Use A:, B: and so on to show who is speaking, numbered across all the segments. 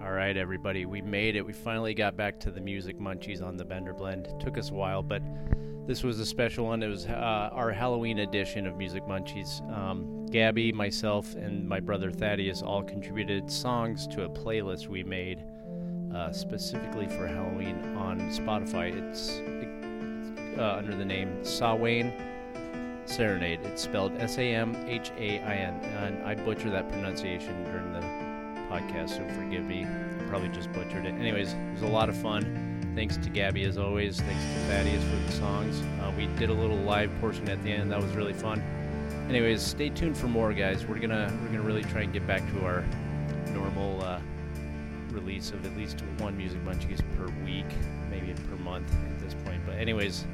A: All right, everybody, we made it. We finally got back to the music munchies on the Bender Blend. Took us a while, but this was a special one. It was uh, our Halloween edition of Music Munchies. Um, Gabby, myself, and my brother Thaddeus all contributed songs to a playlist we made uh, specifically for Halloween on Spotify. It's uh, under the name Sawane Serenade. It's spelled S A M H A I N. And I butcher that pronunciation during the podcast, so forgive me. I probably just butchered it. Anyways, it was a lot of fun. Thanks to Gabby as always. Thanks to Thaddeus for the songs. Uh, we did a little live portion at the end. That was really fun. Anyways, stay tuned for more, guys. We're gonna we're gonna really try and get back to our normal uh, release of at least one music munchies per week, maybe per month at this point. But anyways,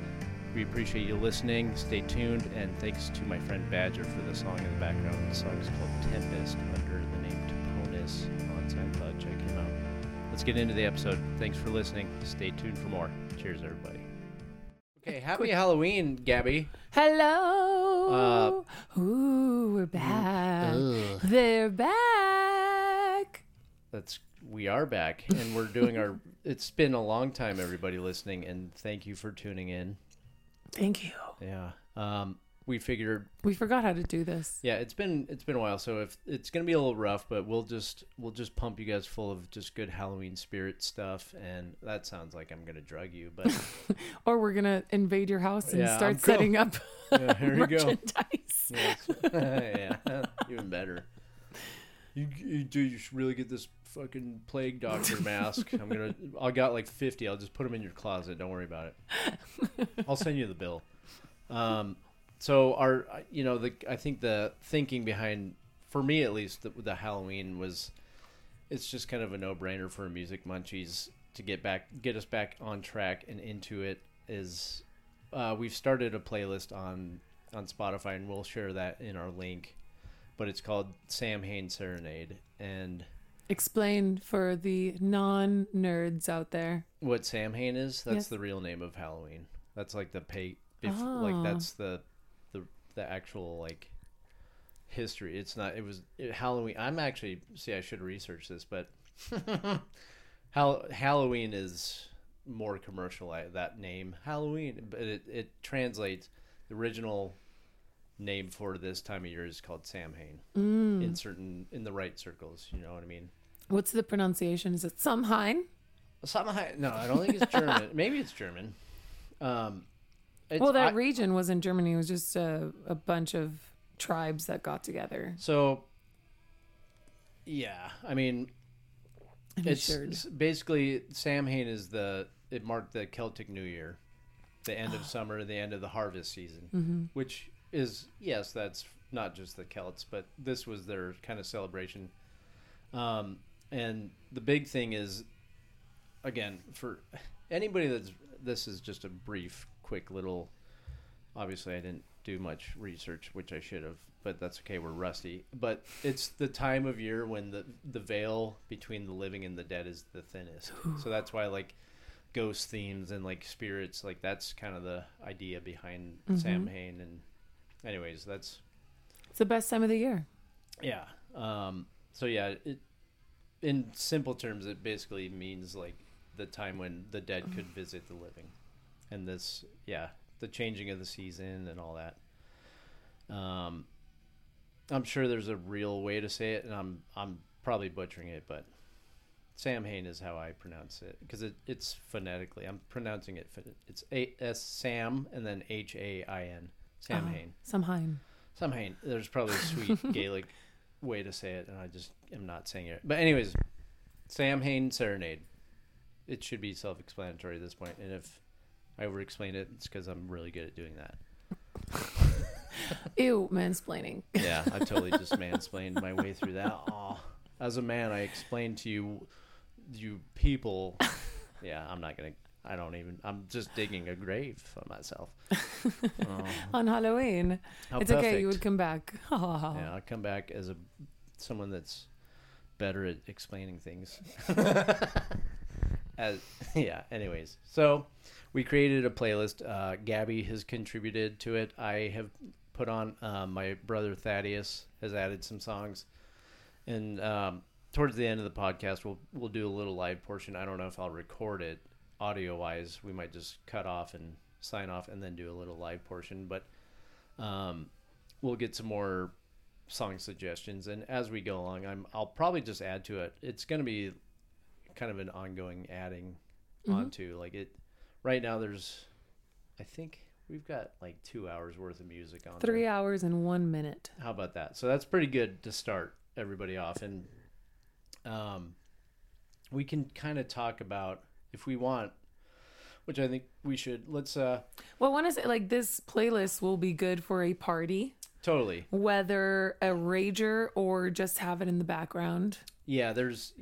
A: we appreciate you listening. Stay tuned, and thanks to my friend Badger for the song in the background. The song is called Tempest under the name Toponis on SoundCloud. Check him out. Let's get into the episode. Thanks for listening. Stay tuned for more. Cheers, everybody. Okay, happy Halloween, Gabby.
B: Hello. Ooh,
A: Mm.
B: we're back. They're back.
A: That's we are back and we're doing our it's been a long time everybody listening and thank you for tuning in.
B: Thank you.
A: Yeah. Um we figured
B: We forgot how to do this.
A: yeah, it's been it's been a while so if it's going to be a little rough but we'll just we'll just pump you guys full of just good Halloween spirit stuff and that sounds like I'm going to drug you but
B: Or we're going to invade your house and
A: Yeah,
B: start
A: I'm cool.
B: setting up
A: Yeah, here we go.
B: merchandise.
A: Yes. yeah, even better. You, you, dude, you should really get this fucking plague doctor mask. I'm gonna. I got like 50. I'll just put them in your closet. Don't worry about it. I'll send you the bill. Um, so our, you know, the I think the thinking behind, for me at least, the, the Halloween was, it's just kind of a no brainer for music munchies to get back, get us back on track and into it is uh, we've started a playlist on on Spotify, and we'll share that in our link. But it's called Sam Haines Serenade, and
B: Explain for the non nerds out there.
A: what Sam Hain is, that's
B: Yes.
A: the real name of Halloween. That's like the pay, bef-
B: Ah.
A: like that's the the the actual like history. It's not. It was it, Halloween. I'm actually see. I should research this, but Hall- Halloween is more commercial. I- That name Halloween, but it it translates. The original name for this time of year is called Samhain.
B: Mm.
A: In certain in the right circles, you know what I mean.
B: What's the pronunciation? Is it Samhain?
A: Samhain. No, I don't think it's German. Maybe it's German. Um, it's-
B: Well, that
A: I-
B: region was in Germany. It was just a, a bunch of tribes that got together.
A: so. Yeah, I mean,
B: And
A: it's,
B: shared.
A: it's basically Samhain is the it marked the Celtic New Year, the end of summer, the end of the harvest season,
B: Mm-hmm.
A: which is yes, that's not just the Celts, but this was their kind of celebration. Um, and the big thing is, again, for anybody that's this is just a brief, quick little. Obviously, I didn't do much research, which I should have, but that's okay. We're rusty. But it's the time of year when the the veil between the living and the dead is the thinnest. So that's why like ghost themes and like spirits, like that's kind of the idea behind Samhain. And anyways, that's
B: It's the best time of the year.
A: yeah. Um, so yeah, it, in simple terms, it basically means like the time when the dead could visit the living, and this yeah, the changing of the season and all that. Um, I'm sure there's a real way to say it, and I'm I'm probably butchering it, but Samhain is how I pronounce it because it, it's phonetically. I'm pronouncing it. pho- It's A S Sam and then H A I N.
B: Uh-huh.
A: Samhain.
B: Ah, Samhain.
A: Somehow there's probably a sweet Gaelic way to say it, and I just am not saying it. But anyways, Sam Hain Serenade. It should be self-explanatory at this point, and if I over-explain it, it's because I'm really good at doing that.
B: Ew, mansplaining.
A: Yeah, I totally just mansplained my way through that. Aw. As a man, I explained to you, you people. Yeah, I'm not gonna. I don't even. I'm just digging a grave for myself.
B: On Halloween.
A: How
B: it's okay. You
A: perfect.
B: would come back. Ha, ha, ha.
A: Yeah, I come back as a someone that's better at explaining things. as yeah. Anyways, so we created a playlist. Uh, Gabby has contributed to it. I have put on. Uh, my brother Thaddeus has added some songs, and um, towards the end of the podcast, we'll we'll do a little live portion. I don't know if I'll record it audio wise. We might just cut off and sign off, and then do a little live portion. But um, we'll get some more song suggestions, and as we go along, I'm I'll probably just add to it. It's going to be kind of an ongoing adding onto like it. Right now, there's I think we've got like two hours worth of music on there.
B: Three hours and one minute.
A: How about that? So that's pretty good to start everybody off, and um, we can kind of talk about if we want, which I think we should. Let's uh,
B: Well, I want to say like this playlist will be good for a party,
A: totally.
B: whether a rager or just have it in the background.
A: Yeah, there's.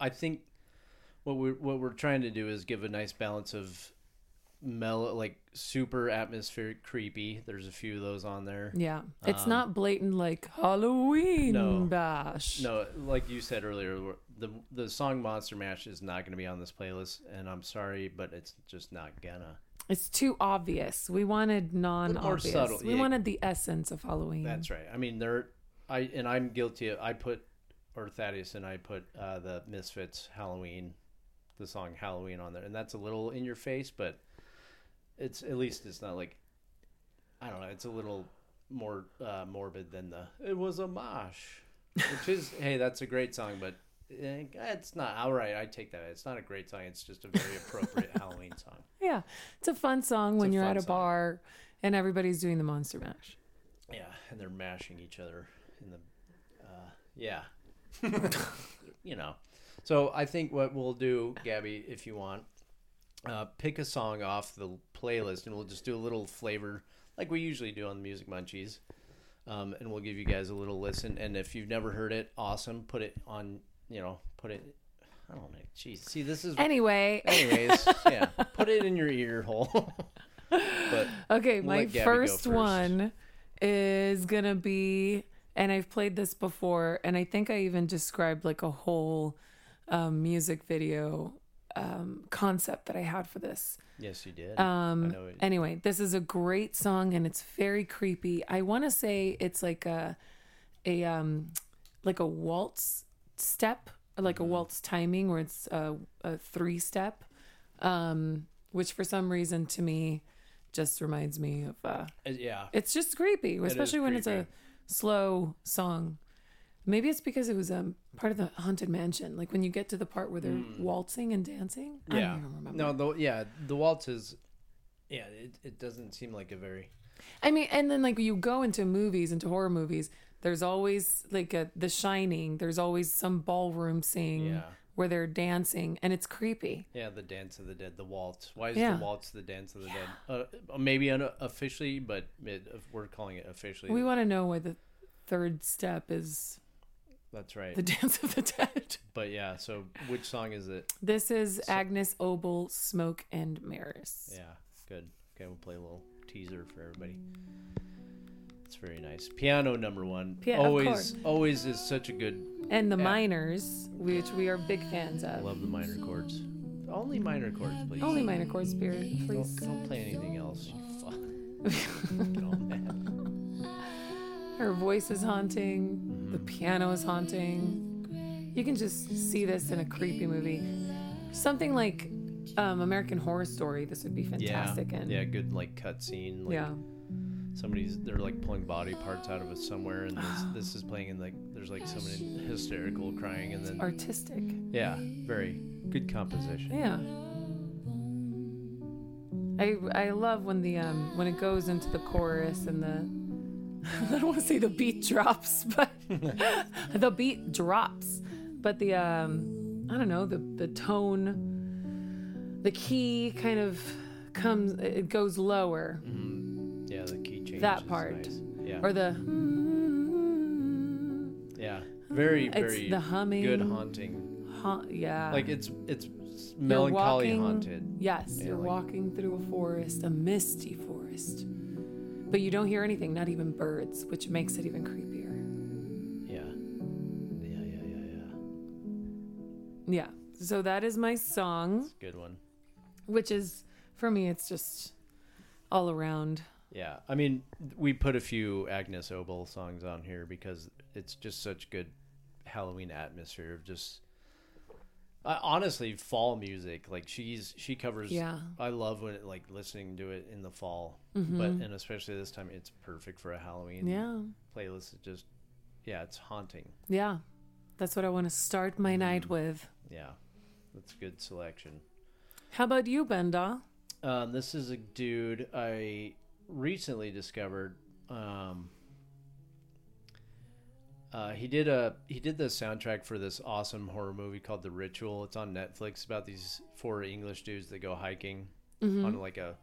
A: I think what we're what we're trying to do is give a nice balance of mellow, like super atmospheric, creepy. There's a few of those on there.
B: Yeah, it's not blatant like Halloween
A: Um, No.
B: bash.
A: No, like you said earlier, we're- the the song "Monster Mash" is not going to be on this playlist, and I'm sorry, but it's just not gonna.
B: It's too obvious. We wanted non-obvious.
A: subtle,
B: We
A: yeah.
B: wanted the essence of Halloween.
A: That's right. I mean, there. I and I'm guilty. Of, I put, or Thaddeus and I put uh, the Misfits Halloween, the song Halloween on there, and that's a little in your face, but it's at least it's not like, I don't know. It's a little more uh, morbid than the it was a mosh, which is hey, that's a great song, but eh, it's not. All right, I take that. It's not a great song. It's just a very appropriate Halloween song.
B: yeah, it's a fun song when
A: a
B: you're
A: fun
B: at a
A: song.
B: bar and everybody's doing the monster mash.
A: Yeah, and they're mashing each other in the. Uh, yeah. you know. So I think what we'll do, Gabby, if you want, uh, pick a song off the playlist and we'll just do a little flavor like we usually do on the Music Munchies. Um, and we'll give you guys a little listen. And if you've never heard it, awesome. Put it on, you know, put it. I don't know. Jeez. See, this is.
B: Anyway,
A: Anyways, yeah. Put it in your ear hole. but
B: Okay, my
A: let Gabby go
B: first,
A: first.
B: one is gonna be, and I've played this before, and I think I even described like a whole um, music video um, concept that I had for this.
A: yes, you did. Um, I know it.
B: Anyway, this is a great song, and it's very creepy. I want to say it's like a a um like a waltz step, like
A: Mm-hmm.
B: a waltz timing, where it's a, a three step, um, which for some reason to me just reminds me of. Uh,
A: Yeah.
B: it's just creepy, especially when it's a
A: creepy.
B: slow song. Maybe it's because it was um, part of the haunted mansion. Like when you get to the part where they're waltzing and dancing. I
A: Hmm. Yeah.
B: don't even remember.
A: No, the yeah, the waltz is yeah, it, it doesn't seem like a very
B: I mean, and then like you go into movies, into horror movies. There's always like a, The Shining. There's always some ballroom scene
A: Yeah.
B: where they're dancing, and it's creepy.
A: yeah, the dance of the dead, the waltz. Why is
B: Yeah.
A: the waltz the dance of the dead? Uh, maybe unofficially, but it, we're calling it officially.
B: We want to know why the third step is
A: That's right.
B: the dance of the dead.
A: But yeah, so which song is it?
B: This is Agnes Obel, Smoke and Mirrors.
A: Yeah, good. Okay, we'll play a little teaser for everybody. It's very nice. Piano number 1
B: Pia- of
A: always
B: course.
A: always is such a good
B: and the minors, which we are big fans of.
A: love the minor chords. Only minor chords, please.
B: Only minor chord
A: don't,
B: spirit, please.
A: don't play anything else, you fuck. Get all mad.
B: Her voice is haunting.
A: Mm-hmm.
B: The piano is haunting. You can just see this in a creepy movie. Something like um, American Horror Story. This would be fantastic.
A: Yeah,
B: in.
A: yeah, good like cutscene. Like
B: yeah.
A: somebody's they're like pulling body parts out of it somewhere, and
B: Oh.
A: this, this is playing, and like there's like somebody hysterical crying, and then
B: Artistic.
A: yeah, very good composition.
B: Yeah. I I love when the um when it goes into the chorus and the I don't want to say the beat drops, but the beat drops, but the um I don't know the the tone, the key kind of comes it goes lower
A: Mm-hmm. Yeah, the key change.
B: That
A: is
B: part.
A: nice. Yeah,
B: or the
A: yeah, very
B: It's
A: very
B: the humming.
A: good haunting.
B: haunt yeah
A: Like it's it's melancholy
B: walking-
A: haunted.
B: Yes, you're
A: like-
B: walking through a forest, a misty forest. But you don't hear anything, not even birds, which makes it even creepier.
A: Yeah, yeah, yeah, yeah, yeah.
B: Yeah. So that is my song,
A: Good one.
B: which is for me it's just all around.
A: Yeah, I mean, we put a few Agnes Obel songs on here because it's just such good Halloween atmosphere of just uh, honestly fall music. Like she's she covers.
B: Yeah. Mm-hmm.
A: I love when it, like listening to it in the fall, but and especially this time, it's perfect for a Halloween
B: Yeah.
A: playlist. It just yeah, it's haunting.
B: Yeah. That's what I want to start my night with.
A: Yeah, that's a good selection.
B: How about you, Benda?
A: Um, this is a dude I recently discovered. Um, uh, he did a he did the soundtrack for this awesome horror movie called The Ritual. It's on Netflix about these four English dudes that go hiking on like a.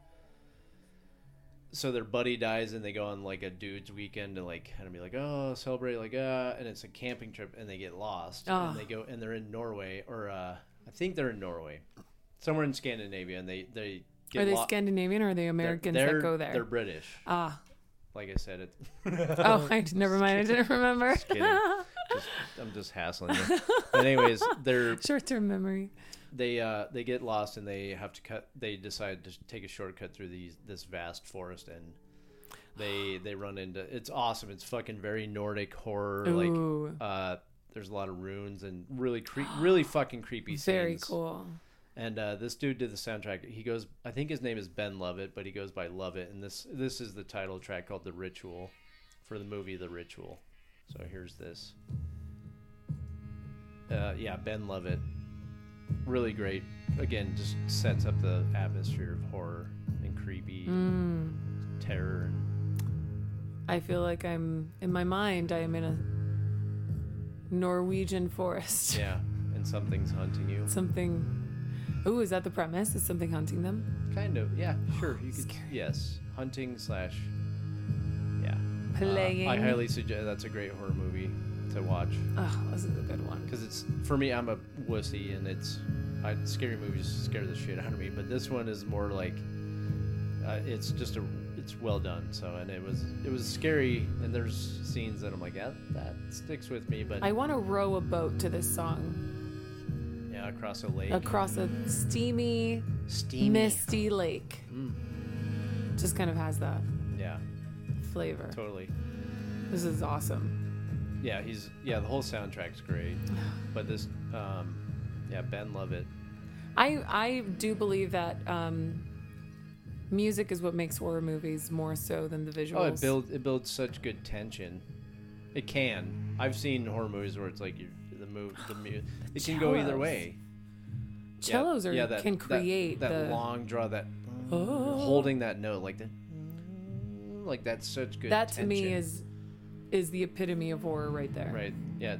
A: So their buddy dies and they go on like a dude's weekend to like kind of be like oh celebrate like uh and it's a camping trip and they get lost
B: Oh.
A: and they go and they're in Norway or uh I think they're in Norway somewhere in Scandinavia, and they they get
B: Are they
A: lo-
B: Scandinavian or are they Americans
A: they're,
B: that go there?
A: They're British,
B: ah.
A: like I said. It,
B: Oh, I never mind. I didn't remember.
A: kidding. just, I'm just hassling you. But anyways, they're
B: Short-term memory.
A: they uh, they get lost and they have to cut. They decide to take a shortcut through these this vast forest and. They they run into it's awesome. It's fucking very Nordic horror.
B: Ooh.
A: Like uh, there's a lot of runes and really cre- really fucking creepy.
B: Very
A: scenes.
B: cool.
A: And uh, this dude did the soundtrack. He goes, I think his name is Ben Lovett, but he goes by Lovett. And this this is the title track called "The Ritual" for the movie "The Ritual." So here's this. Uh, yeah, Ben Lovett, really great. Again, just sets up the atmosphere of horror and creepy
B: Mm. Hmm.
A: terror. And
B: I feel like I'm in my mind. I am in a Norwegian forest.
A: yeah, and something's hunting you.
B: Something. Ooh, is that the premise? Is something hunting them?
A: Kind of. Yeah, sure. You could.
B: Scary.
A: Yes, hunting slash. Yeah. Uh,
B: Playing.
A: I highly suggest that's a great horror movie to watch
B: Oh, this is a good one.
A: because it's for me. I'm a wussy, and it's I, scary movies scare the shit out of me. But this one is more like uh, it's just a it's well done. So and it was it was scary, and there's scenes that I'm like that that sticks with me. But
B: I want to row a boat to this song
A: yeah, across a lake,
B: across a steamy,
A: steamy, Mm,
B: misty lake. Just kind of has that
A: yeah,
B: flavor.
A: totally.
B: This is awesome.
A: Yeah, he's yeah. The whole soundtrack's great, but this um yeah Ben Lovett.
B: I I do believe that um, music is what makes horror movies more so than the visuals.
A: Oh, it builds it builds such good tension. It can. I've seen horror movies where it's like you, the move the mu- it can go either
B: cellos.
A: way. Yeah,
B: Cellos are,
A: yeah, that-
B: can
A: that-
B: create
A: that,
B: the
A: long draw that
B: Oh.
A: holding that note like that. Like that's such good.
B: that to me
A: tension.
B: is is the epitome of horror right there.
A: right. Yeah,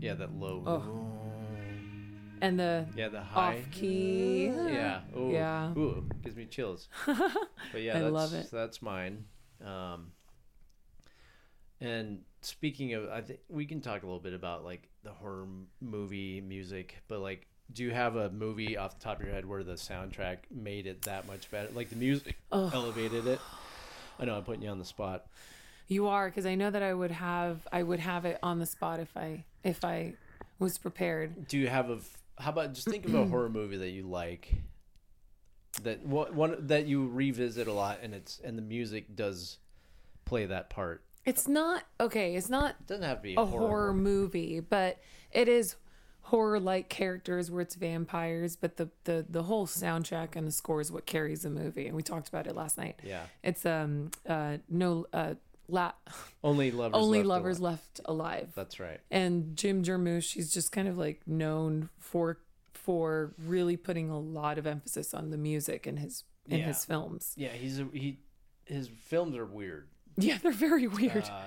A: yeah, that low.
B: And the
A: Yeah, the high.
B: off key.
A: Yeah. Ooh.
B: Yeah.
A: Ooh, gives me chills. But yeah,
B: I
A: that's,
B: love it.
A: That's mine. Um, and speaking of, I think we can talk a little bit about like the horror m- movie music, but like, do you have a movie off the top of your head where the soundtrack made it that much better? Like the music elevated it. I know I'm putting you on the spot.
B: You are because I know that I would have I would have it on the spot if I if I was prepared.
A: Do you have a? f- How about just think of a horror movie that you like, that one, one that you revisit a lot, and it's and the music does play that part.
B: It's not okay. It's not
A: doesn't have to be
B: a horror,
A: horror.
B: movie, but it is horror like characters where it's vampires, but the, the the whole soundtrack and the score is what carries the movie. And we talked about it last night.
A: Yeah.
B: It's um uh no uh la-
A: Only lovers.
B: only
A: Left
B: lovers
A: Alive.
B: left alive.
A: That's right.
B: and Jim Jarmusch, he's just kind of like known for for really putting a lot of emphasis on the music in his in
A: Yeah.
B: his films.
A: Yeah, he's a, he. His films are weird,
B: Yeah, they're very weird.
A: uh,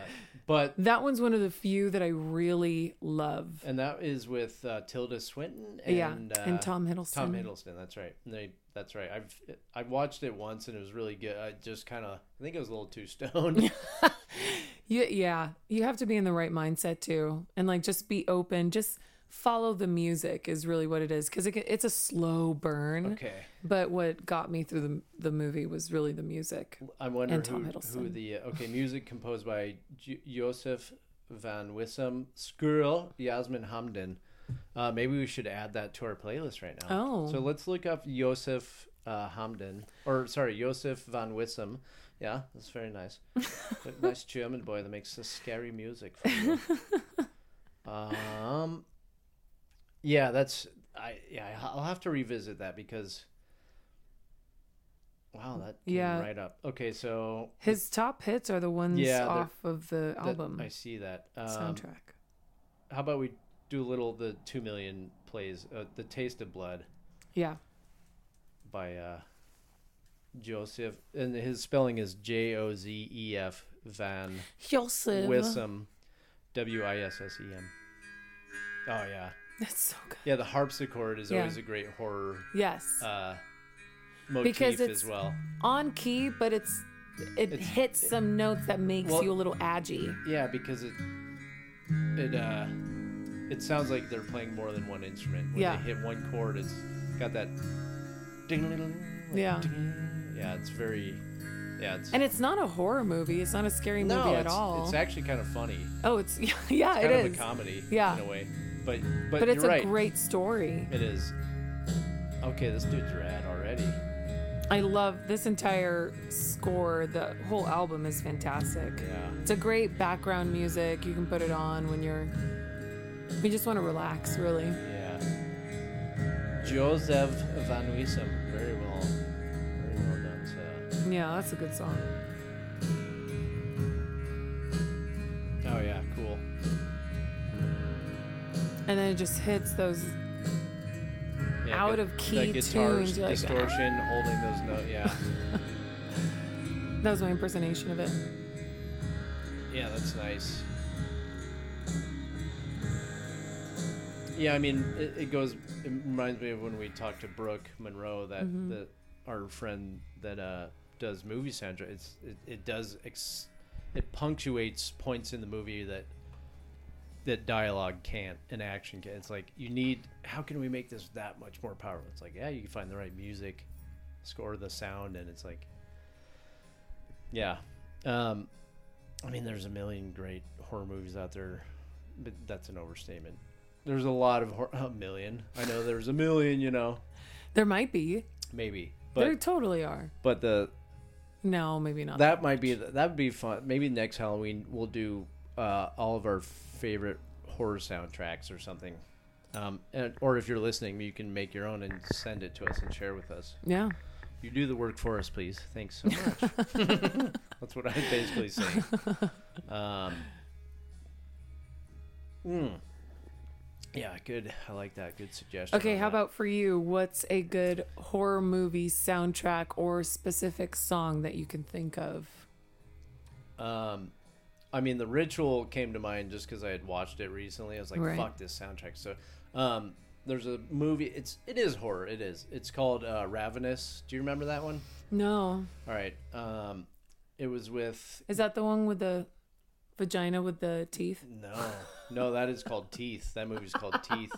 A: but
B: that one's one of the few that I really love.
A: and that is with uh, Tilda Swinton and
B: yeah,
A: uh,
B: and Tom Hiddleston.
A: Tom Hiddleston. That's right. And they, that's right. I've I watched it once and it was really good. I just kind of I think it was a little too stoned.
B: Yeah, yeah. You have to be in the right mindset too, and like just be open. Just follow the music is really what it is because it, it's a slow burn.
A: okay,
B: But what got me through the the movie was really the music.
A: I wonder
B: And Tom
A: who, who
B: Hiddleston.
A: the uh, okay music composed by J- Joseph Van Wissem, Skrull, Yasmin Hamden. Uh, maybe we should add that to our playlist right now.
B: Oh.
A: so let's look up Joseph uh, Hamden, or sorry, Joseph Van Wissem. Yeah, that's very nice. nice German boy that makes the scary music. For you. Um, yeah, that's I. Yeah, I'll have to revisit that because. Wow, that came
B: Yeah.
A: right up. Okay, so
B: His top hits are the ones
A: Yeah, they're-
B: off of the
A: that-
B: album
A: I see that. Um,
B: soundtrack.
A: how about we do a little the two million plays, uh, the Taste of Blood
B: Yeah.
A: by uh, Joseph, and his spelling is J O Z E F Van
B: Yosef.
A: Wissam, W I S S E M. Oh yeah,
B: That's so good.
A: yeah. The harpsichord is
B: Yeah.
A: always a great horror
B: Yes.
A: uh, motif
B: Because it's-
A: as well.
B: On key, but it's it
A: It's-
B: hits some notes that makes
A: Well-
B: you a little aggy.
A: Yeah, because it it uh it sounds like they're playing more than one instrument. When
B: Yeah.
A: they hit one chord, it's got that ding
B: Yeah.
A: Yeah, it's very yeah, it's
B: And it's not a horror movie. It's not a scary movie
A: no,
B: at
A: it's,
B: all.
A: it's actually kind of funny.
B: oh, it's yeah,
A: Kind of
B: it is.
A: a comedy
B: Yeah.
A: in a way. But but,
B: but it's
A: you're
B: a
A: right.
B: great story.
A: It is. Okay, this dude's rad already.
B: I love this entire score. The whole album is fantastic.
A: Yeah.
B: It's a great background music. You can put it on when you're you just want to relax, really.
A: Yeah. Joseph Van Wiesem. Very well. Very well done, so.
B: Yeah, that's a good song.
A: Oh yeah, cool.
B: And then it just hits those
A: Yeah,
B: Out
A: gu-
B: of key
A: that guitar
B: tunes, you're like,
A: distortion, holding those notes. Yeah,
B: that was my impersonation of it.
A: yeah, that's nice. Yeah, I mean, it, it goes. It reminds me of when we talked to Brooke Monroe, that that our friend that uh, does movie soundtrack. It's it, it does ex, it punctuates points in the movie that that dialogue can't and action can. It's like you need. How can we make this that much more powerful? It's like yeah, you can find the right music, score the sound, and it's like yeah. Um, I mean, there's a million great horror movies out there, but that's an overstatement. There's a lot of hor- a million. I know there's a million. You know,
B: There might be.
A: maybe,
B: there
A: but
B: totally are.
A: but the
B: No, maybe not.
A: that might be that would be fun. Maybe next Halloween we'll do uh, all of our favorite horror soundtracks or something. Um, and, or if you're listening, you can make your own and send it to us and share with us.
B: yeah.
A: You do the work for us, please. Thanks so much. That's what I basically say. Um, mm. Yeah, good. I like that. Good suggestion.
B: Okay,
A: on
B: how
A: that.
B: about for you? What's a good horror movie soundtrack or specific song that you can think of?
A: Um, I mean, the ritual came to mind just because I had watched it recently. I was like,
B: Right.
A: "Fuck this soundtrack." So, um, there's a movie. It's it is horror. It is. It's called uh, Ravenous. Do you remember that one?
B: No.
A: All right. Um, it was with
B: Is that the one with the vagina with the teeth?
A: no, no. That is called Teeth. That movie's called Teeth,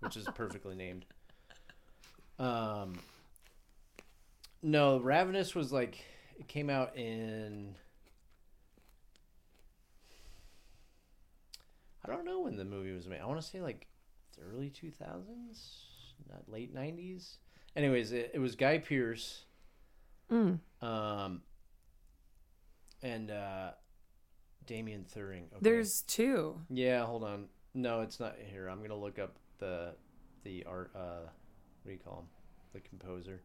A: which is perfectly named. Um, no, Ravenous was like it came out in. I don't know when the movie was made. I want to say like the early two thousands, not late nineties. Anyways, it, it was Guy Pearce.
B: Mm.
A: Um. And uh, Damien Thuring. Okay.
B: There's two.
A: Yeah, hold on. No, it's not here. I'm gonna look up the the art. Uh, what do you call him? The composer.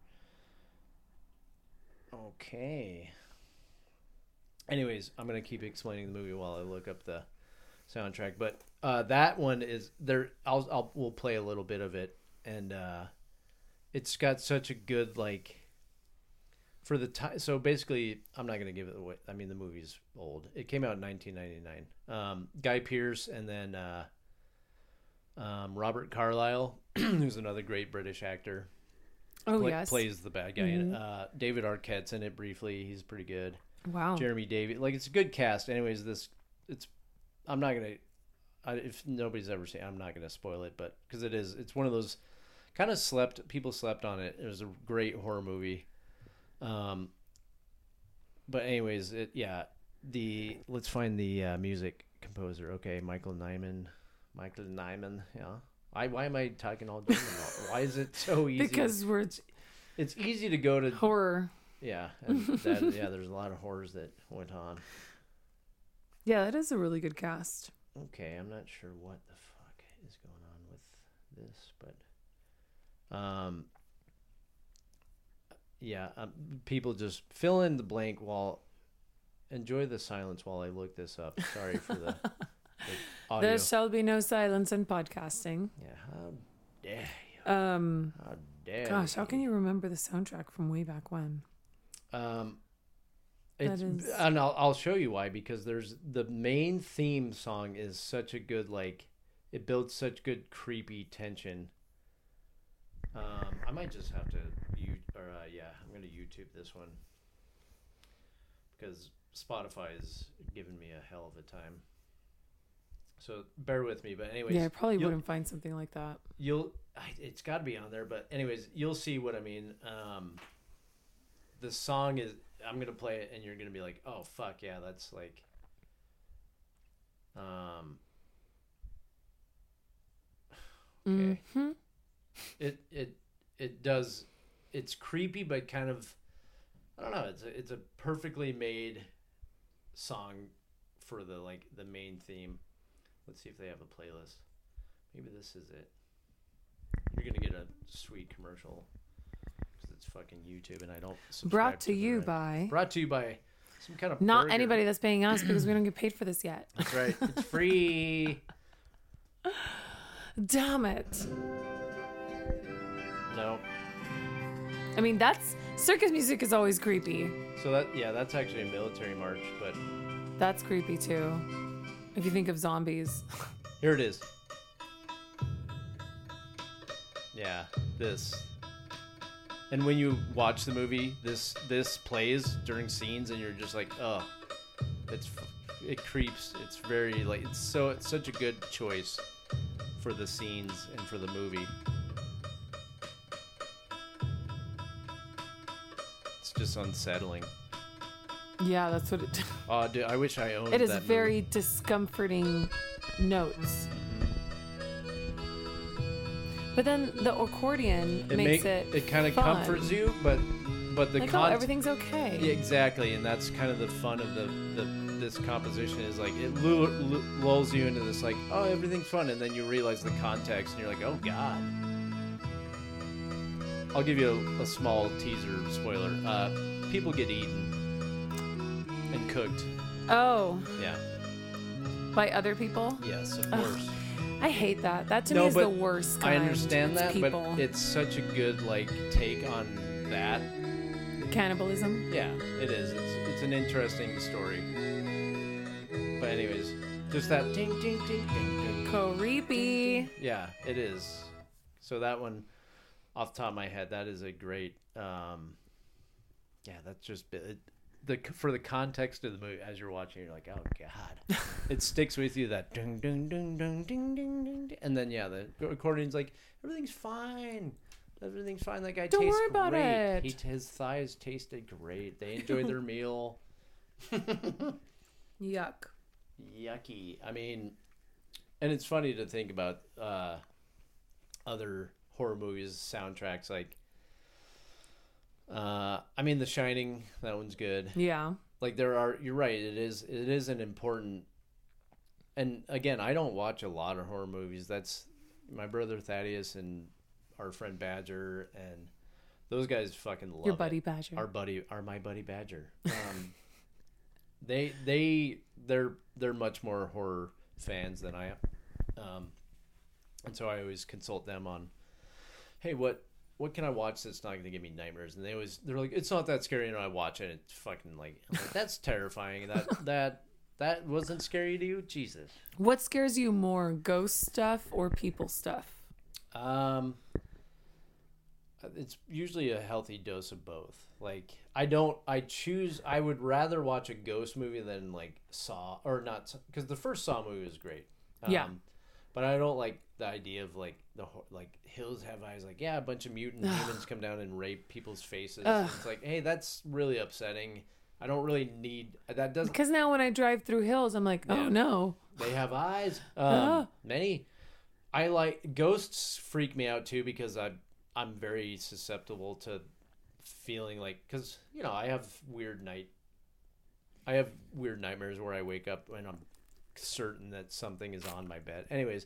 A: Okay. Anyways, I'm gonna keep explaining the movie while I look up the soundtrack. But uh, that one is there. I'll I'll we'll play a little bit of it, and uh, it's got such a good like for the time. So basically, I'm not going to give it away. I mean, the movie's old. It came out in 1999. Um, Guy Pearce and then uh, um, Robert Carlyle, who's another great British actor,
B: Oh
A: pla-
B: yes. Mm-hmm.
A: plays the bad guy. in it. Uh, David Arquette's in it briefly. He's pretty good.
B: Wow.
A: Jeremy David. Like it's a good cast. Anyways, this it's I'm not gonna I, if nobody's ever seen, it, I'm not gonna spoil it, but because it is, it's one of those kind of slept people slept on it. It was a great horror movie. Um, but anyways, it yeah. The let's find the uh, music composer. Okay, Michael Nyman. Michael Nyman. Yeah. I, why am I talking all German? now? Why is it so easy?
B: Because we're
A: it's easy to go to
B: horror.
A: yeah, and that, yeah. There's a lot of horrors that went on.
B: Yeah, that is a really good cast.
A: Okay, I'm not sure what the fuck is going on with this, but um, yeah, um, people just fill in the blank while enjoy the silence while I look this up. Sorry for the, the audio.
B: There shall be no silence in podcasting.
A: yeah, how dare you?
B: Um,
A: How dare?
B: gosh, how can you remember the soundtrack from way back when?
A: Um,
B: That
A: it's,
B: is-
A: and I'll, I'll show you why because there's the main theme song is such a good like it builds such good creepy tension. Um, I might just have to you or uh, yeah, I'm gonna YouTube this one because Spotify is giving me a hell of a time. So bear with me, but anyways,
B: yeah, I probably
A: you'll-
B: wouldn't find something like that.
A: you'll I- it's got to be on there but anyways you'll see what i mean um the song is i'm gonna play it and you're gonna be like oh fuck yeah that's like um okay
B: hmm
A: it it it does it's creepy but kind of i don't know it's a, it's a perfectly made song for the like the main theme let's see if they have a playlist maybe this is it you're gonna get a sweet commercial because it's fucking youtube and i don't subscribe
B: Brought to
A: the
B: you
A: red-
B: by
A: brought to you by some kind of
B: not
A: burger.
B: anybody that's paying us because we don't get paid for this yet.
A: that's right it's free
B: Damn it!
A: no
B: I mean, that's circus music is always creepy.
A: so that yeah that's actually a military march but
B: That's creepy too. If you think of zombies,
A: Here it is. Yeah, this. And when you watch the movie, this this plays during scenes, and you're just like, oh, it's f- it creeps. It's very like it's so it's such a good choice for the scenes and for the movie. It's just unsettling.
B: yeah, that's what it.
A: Oh, dude, I wish I owned.
B: It is
A: that movie.
B: very discomforting notes. But then the accordion
A: It
B: makes
A: make-
B: it
A: kind of
B: fun.
A: comforts you, but but the
B: Like, oh,
A: con-
B: everything's okay.
A: Yeah, exactly, and that's kind of the fun of the, the this composition is like it lu- lu- lulls you into this like oh everything's fun, and then you realize the context, and you're like oh god. I'll give you a, a small teaser spoiler. Uh, people get eaten and cooked.
B: Oh,
A: Yeah.
B: by other people?
A: Yes, of
B: Ugh,
A: course.
B: I hate that. That to
A: No,
B: me is the
A: but
B: worst
A: I
B: kind.
A: understand
B: It's
A: that,
B: people.
A: but it's such a good like take on that.
B: cannibalism.
A: Yeah, it is. It's it's an interesting story. But anyways, just that ding ding ding ding ding.
B: Creepy.
A: Yeah, it is. So that one, off the top of my head, that is a great. Um, yeah, that's just it, the for the context of the movie as you're watching, you're like, oh god, it sticks with you that ding ding ding ding ding ding ding, ding. and then yeah, the accordion's like everything's fine. Everything's fine. That guy
B: Don't
A: tastes
B: worry about
A: great.
B: it.
A: He, his thighs tasted great. They enjoyed their meal.
B: Yuck.
A: yucky. I mean, and it's funny to think about uh, other horror movies soundtracks. Like, uh, I mean, The Shining. That one's good.
B: Yeah.
A: Like, there are. You're right. It is. It is an important. And again, I don't watch a lot of horror movies. That's my brother Thaddeus and our friend Badger and those guys fucking love
B: Your
A: it
B: buddy Badger.
A: our buddy our my buddy badger um, they they they're they're much more horror fans than i am um, and so i always consult them on hey what what can i watch that's not going to give me nightmares and they always they're like it's not that scary and i watch it and it's fucking like, I'm like, that's terrifying that that that wasn't scary to you jesus
B: What scares you more, ghost stuff or people stuff?
A: Um, it's usually a healthy dose of both. Like I don't, I choose. I would rather watch a ghost movie than like Saw or not because the first Saw movie was great. Um,
B: Yeah.
A: but I don't like the idea of like the ho- like hills have eyes. Like yeah, a bunch of mutant humans come down and rape people's faces.
B: Ugh.
A: It's like hey, that's really upsetting. I don't really need that. Doesn't
B: Because now when I drive through hills, I'm like, oh
A: Yeah.
B: no.
A: they have eyes. Um,
B: Ah.
A: Many. I like ghosts. Freak me out too because I I'm very susceptible to feeling like because you know I have weird night. I have weird nightmares where I wake up and I'm certain that something is on my bed. Anyways,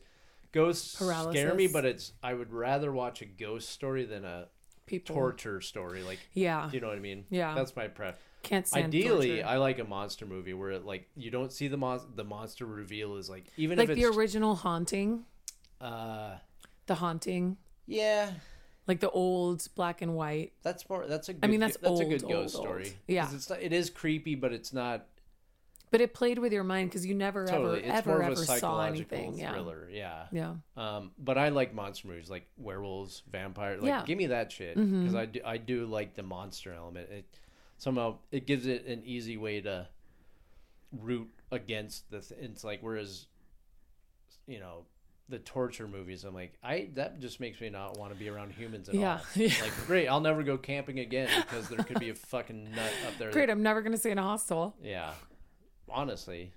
A: ghosts scare me,
B: Paralysis.
A: but it's I would rather watch a ghost story than a
B: people.
A: torture story. Like,
B: Yeah,
A: do you know what I mean?
B: Yeah.
A: that's my pref.
B: can't stand.
A: Ideally,
B: torture.
A: I like a monster movie where it, like you don't see the mon- the monster reveal is like even
B: like
A: if
B: the
A: it's
B: original haunting,
A: uh
B: the haunting,
A: yeah
B: like the old black and white.
A: that's more that's a good,
B: mean, that's
A: that's a
B: old,
A: good ghost
B: old,
A: story
B: old. Yeah.
A: 'Cause it's not, it is creepy but it's not
B: But it played with your mind because you never
A: totally
B: ever
A: it's more
B: ever
A: of a
B: ever saw
A: psychological
B: anything.
A: thriller yeah.
B: Yeah, yeah.
A: um but I like monster movies like werewolves vampires like
B: Yeah. Mm-hmm.
A: give me that shit because I do I do like the monster element it somehow it gives it an easy way to root against the th- it's like whereas you know the torture movies i'm like i that just makes me not want to be around humans at
B: Yeah.
A: all
B: Yeah.
A: like great i'll never go camping again because there could be a fucking nut up there
B: Great. I'm never gonna stay in a hostel.
A: yeah honestly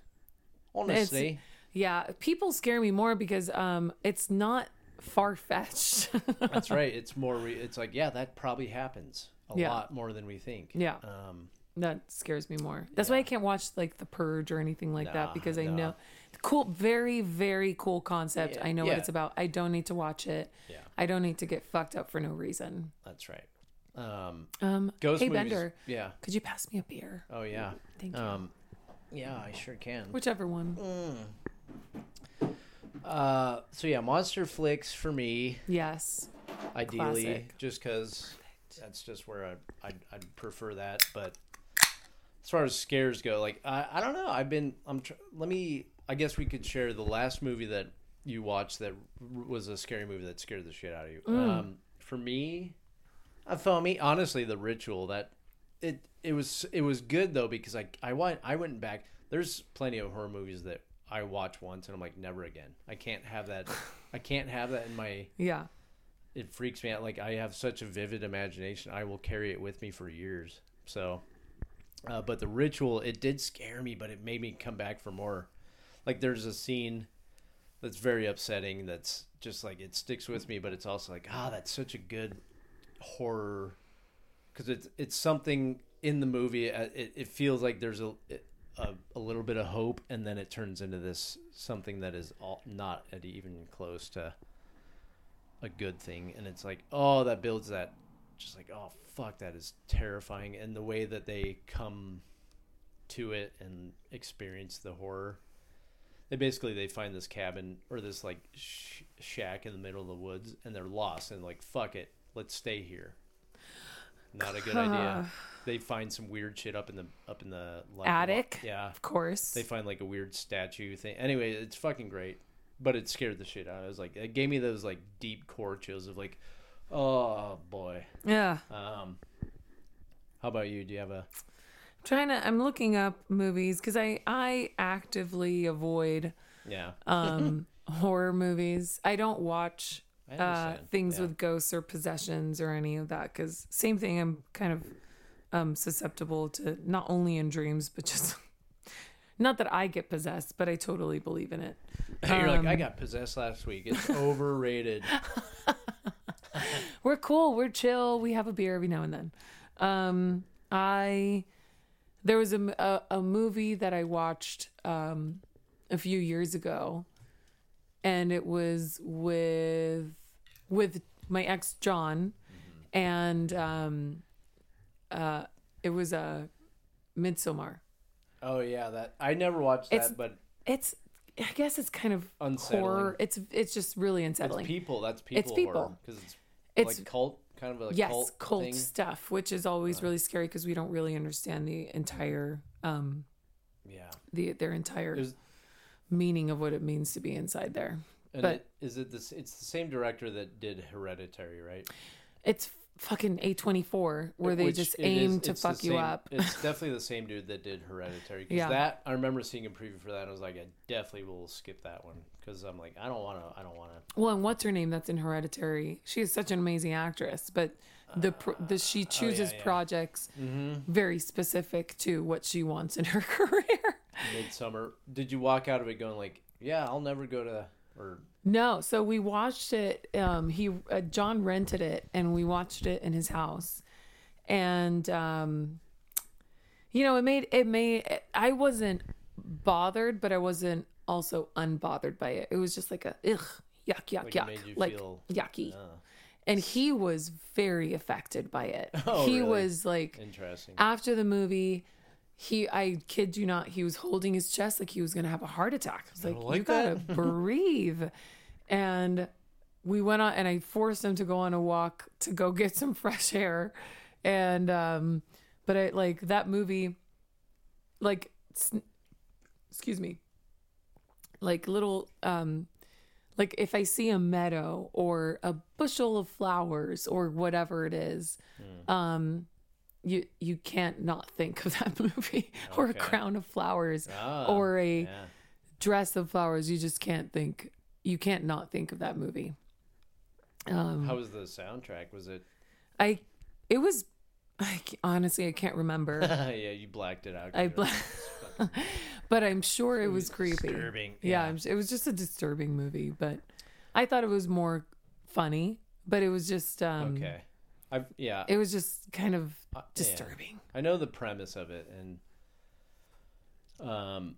A: honestly
B: Yeah, people scare me more because um, it's not far fetched.
A: that's right it's more re- it's like yeah that probably happens a
B: Yeah.
A: lot more than we think
B: Yeah.
A: um
B: that scares me more. That's why I can't watch like The Purge or anything like
A: Nah,
B: that because I
A: nah.
B: know cool, very very cool concept.
A: Yeah,
B: I know
A: yeah.
B: what it's about. I don't need to watch it.
A: Yeah.
B: I don't need to get fucked up for no reason.
A: that's right um
B: Um,
A: ghost
B: hey
A: movies
B: Bender,
A: yeah
B: could you pass me a beer?
A: oh yeah
B: Thank you.
A: um yeah i sure can
B: Whichever one.
A: uh so yeah monster flicks for me
B: Yes.
A: ideally
B: Classic.
A: just because that's just where I, I'd, I'd prefer that but as far as scares go like i, I don't know i've been i'm tr- let me i guess we could share the last movie that you watched that r- was a scary movie that scared the shit out of you um, for me uh, for me honestly the ritual that it it was it was good though because i i went i went back there's plenty of horror movies that i watch once and i'm like never again i can't have that i can't have that in my
B: Yeah.
A: it freaks me out. Like I have such a vivid imagination, I will carry it with me for years. So, uh, but the ritual, it did scare me, but it made me come back for more. Like there's a scene that's very upsetting. That's just like it sticks with me, but it's also like ah, that's such a good horror because it's it's something in the movie. uh, It, it feels like there's a, a a little bit of hope, and then it turns into this something that is all, not at even close to a good thing. And it's like, oh, that builds that, just like oh fuck, that is terrifying. And the way that they come to it and experience the horror. They basically they find this cabin or this like sh- shack in the middle of the woods, and they're lost and like fuck it, let's stay here. Not a good idea. They find some weird shit up in the up in the like,
B: Attic?
A: yeah,
B: Of course.
A: they find like a weird statue thing. Anyway, it's fucking great, but it scared the shit out. of me. I was like, it gave me those like deep core chills of like, oh boy.
B: yeah.
A: Um, how about you? Do you have a
B: trying to i'm looking up movies because i i actively avoid
A: yeah?
B: um horror movies i don't watch
A: I
B: uh
A: understand.
B: things
A: Yeah.
B: with ghosts or possessions or any of that because same thing i'm kind of um susceptible to not only in dreams but just not that i get possessed but i totally believe in it
A: You're like,
B: Um,
A: I got possessed last week. It's overrated.
B: we're cool we're chill we have a beer every now and then um i there was a, m- a, a movie that i watched um a few years ago and it was with with my ex john and um uh it was a midsummer
A: oh yeah, that I never watched that,
B: It's-
A: but
B: it's i guess it's kind of
A: Unsettling.
B: horror it's it's just really unsettling
A: people. That's people.
B: people.
A: because it's,
B: It's-
A: like cult kind of a
B: yes
A: cult,
B: cult,
A: thing.
B: stuff which is always really scary because we don't really understand the entire um
A: Yeah.
B: the their entire
A: Is-
B: meaning of what it means to be inside there
A: And
B: But-
A: it, is it this? It's the same director that did Hereditary, right?
B: it's fucking a24 where they
A: Which
B: just
A: it
B: aim
A: is-
B: to
A: it's the
B: fuck you
A: same-
B: up
A: It's definitely the same dude that did Hereditary. Because
B: Yeah.
A: that I remember seeing a preview for that, and I was like, I definitely will skip that one because I'm like, I don't want to. I don't want to.
B: well and what's her name that's in hereditary she is such an amazing actress but the, pro the she chooses
A: Uh, oh, yeah. Mm-hmm.
B: projects very specific to what she wants in her career
A: Midsummer. Did you walk out of it going like, Yeah, I'll never go to or
B: No, so we watched it. Um, he uh, John rented it, and we watched it in his house, and um, you know, it made it made. I wasn't bothered, but I wasn't also unbothered by it. It was just like a ugh, yuck, yuck,
A: Like it
B: yuck,
A: made you
B: like
A: feel-
B: yucky.
A: Ah,
B: And he was very affected by it.
A: Oh,
B: he
A: really?
B: was like
A: interesting.
B: after the movie. He, I kid you not, he was holding his chest like he was gonna have a heart attack. I was like,
A: like
B: you gotta breathe. And we went on, and I forced him to go on a walk to go get some fresh air. And um, but I like that movie, like, s- excuse me, like little um like if i see a meadow or a bushel of flowers or whatever it is
A: Hmm.
B: um you you can't not think of that movie or a
A: Okay.
B: crown of flowers
A: Ah,
B: or a
A: yeah.
B: dress of flowers you just can't think you can't not think of that movie um
A: How was the soundtrack? Was it?
B: i it was I, c- honestly i can't remember
A: yeah, you blacked it out. 'cause
B: i
A: you're
B: bla- but i'm sure it was creepy
A: Disturbing.
B: yeah, I'm s- it was just a disturbing movie but i thought it was more funny but it was just um
A: Okay. I've yeah.
B: it was just kind of
A: uh, yeah.
B: disturbing
A: I know the premise of it, and um,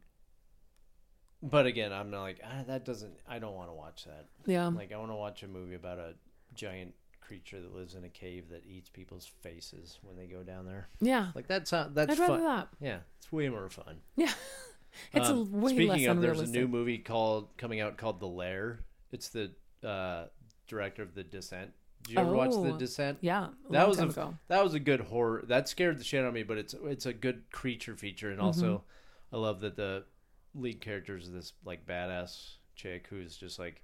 A: but again, I'm not like ah, that doesn't. I don't want to watch that.
B: yeah,
A: Like, I want to watch a movie about a giant creature that lives in a cave that eats people's faces when they go down there.
B: yeah.
A: Like that's how, that's
B: i'd rather
A: fun.
B: that
A: Yeah, it's way more fun.
B: yeah it's
A: Um,
B: a way
A: speaking
B: less
A: of,
B: unrealistic
A: there's a new movie called coming out called The Lair. It's the uh, director of The Descent. Did you ever watch The
B: Oh.
A: Descent?
B: yeah a
A: that
B: long
A: was a
B: time ago.
A: that was a good horror. That scared the shit out of me, but it's it's a good creature feature, and also I love that the lead character is this like badass chick who's just like,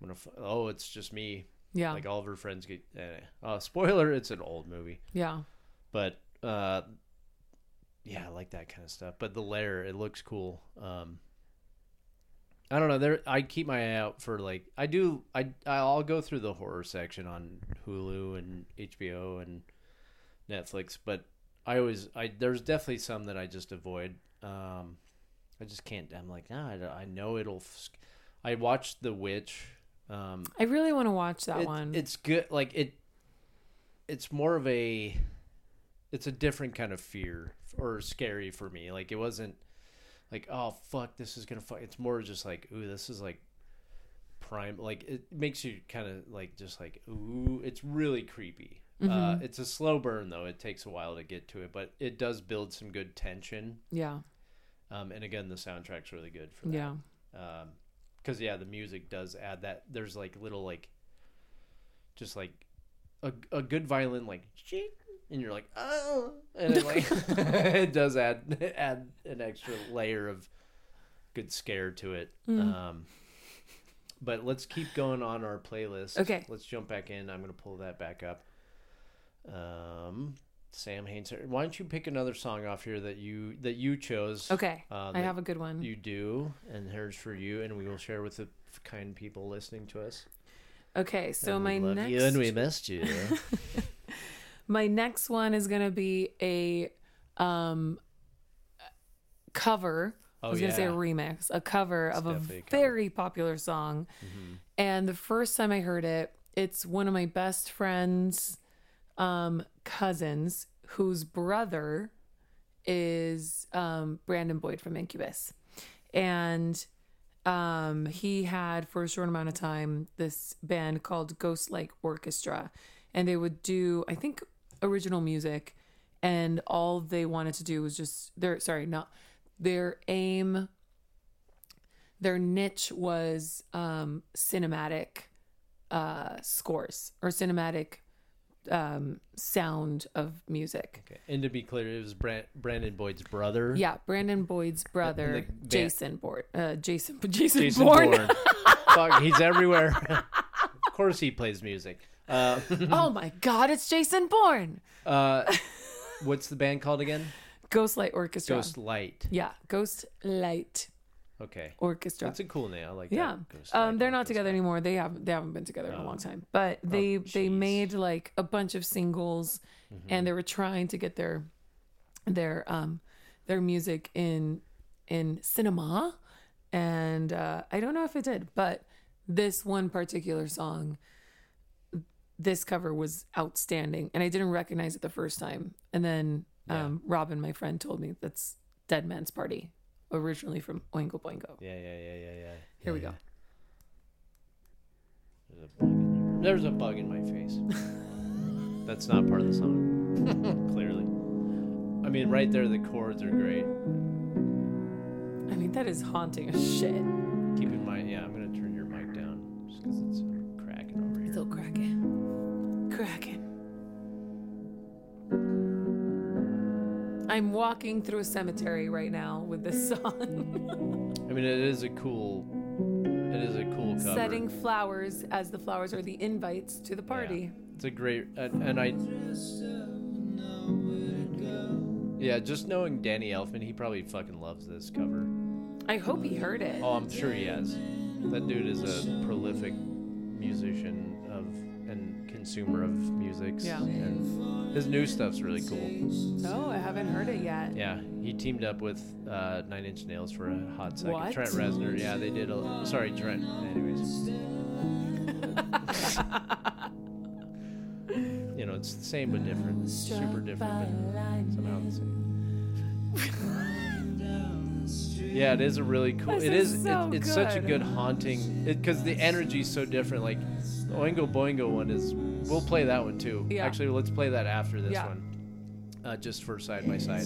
A: I'm gonna f- oh it's just me.
B: yeah
A: Like all of her friends get. Eh. Uh, spoiler: it's an old movie,
B: yeah
A: but uh, yeah, I like that kind of stuff. But the lair, it looks cool. Um, I don't know. There, I keep my eye out for like I do. I I'll go through the horror section on Hulu and HBO and Netflix, but I always I there's definitely some that I just avoid. Um, I just can't. I'm like, nah, I, don't- I know it'll. f- I watched The Witch. Um,
B: i really want to watch that
A: it-
B: one
A: It's good. Like it, it's more of a, it's a different kind of fear or scary for me. Like it wasn't like oh fuck this is gonna fuck. It's more just like ooh this is like prime. Like it makes you kind of like just like ooh it's really creepy. Uh,
B: Mm-hmm.
A: it's a slow burn though. It takes a while to get to it, but it does build some good tension.
B: yeah
A: Um, and again, the soundtrack's really good for that
B: yeah
A: um because yeah the music does add that there's like little like just like a, a good violin like "Ching," and you're like oh and it like it does add add an extra layer of good scare to it
B: Mm-hmm.
A: um but let's keep going on our playlist
B: Okay.
A: let's jump back in i'm gonna pull that back up um sam haynes why don't you pick another song off here that you that you chose
B: okay
A: uh,
B: i
A: that-
B: have a good one
A: you do, and here's for you, and we will share with the f- kind people listening to us.
B: okay so
A: And we
B: my
A: love
B: next
A: you, and we missed you.
B: My next one is going to be a um cover. I
A: Oh,
B: was going to say a
A: yeah.
B: remix, a cover of a
A: definitely a cover. Mm-hmm.
B: very popular song. And the first time I heard it, it's one of my best friends um cousins whose brother is um Brandon Boyd from Incubus. And um, he had for a short amount of time this band called Ghost Like Orchestra, and they would do I think original music, and all they wanted to do was just their sorry not their aim, their niche was um, cinematic uh, scores or cinematic um, sound of music.
A: okay. And to be clear, it was Bran- Brandon Boyd's brother.
B: Yeah, Brandon Boyd's brother,
A: band-
B: Jason Bourne. Uh, Jason Jason,
A: Jason
B: Bourne.
A: Bourne. Fuck, he's everywhere. of course, he plays music. Uh,
B: oh my God, it's Jason Bourne.
A: uh, what's the band called again?
B: Ghostlight Orchestra.
A: Ghost Light.
B: Yeah, Ghost Light
A: Okay,
B: Orchestra.
A: that's a cool name. I like
B: yeah,
A: that. Ghost
B: um,
A: Light
B: they're not
A: Orchestra.
B: together anymore. They haven't they haven't been together in a long time. But they they
A: Oh. jeez. Mm-hmm.
B: made like a bunch of singles, and they were trying to get their their um their music in in cinema, and uh, I don't know if it did, but this one particular song. This cover was outstanding, and I didn't recognize it the first time. And then um, Robin, my friend, told me that's Dead Man's Party originally from Oingo Boingo.
A: Yeah, yeah, yeah, yeah, yeah.
B: Here we go.
A: There's a bug in your- There's a bug in my face. That's not part of the song. Clearly. I mean, right there, the chords are great.
B: I mean, that is haunting as shit.
A: Keep in mind, yeah, I'm going to turn your mic down just because it's uh, cracking over here.
B: Still cracking. Cracking. I'm walking through a cemetery right now with this
A: Mm,
B: song.
A: I mean, it is a cool, it is a cool cover.
B: Setting flowers as the flowers are the invites to the
A: Yeah.
B: party.
A: It's a great, and, and I. Yeah, just knowing Danny Elfman, he probably fucking loves this cover.
B: I hope he heard it.
A: Oh, I'm sure he has. That dude is a prolific musician of and consumer of music.
B: Yeah.
A: And his new stuff's really cool.
B: No, I haven't heard it yet.
A: Yeah, he teamed up with uh, Nine Inch Nails for a hot second.
B: What?
A: Trent Reznor. Yeah, they did a. Sorry, Trent. Anyways. you know, it's the same but different. Super different, but somehow the same. yeah, it is a really cool.
B: This
A: it
B: is
A: is.
B: so
A: it, it's such a
B: good.
A: good haunting because the energy's so different. Like the Oingo Boingo one is. We'll play that one too.
B: Yeah.
A: Actually, let's play that after this
B: Yeah.
A: one uh, just for side by side.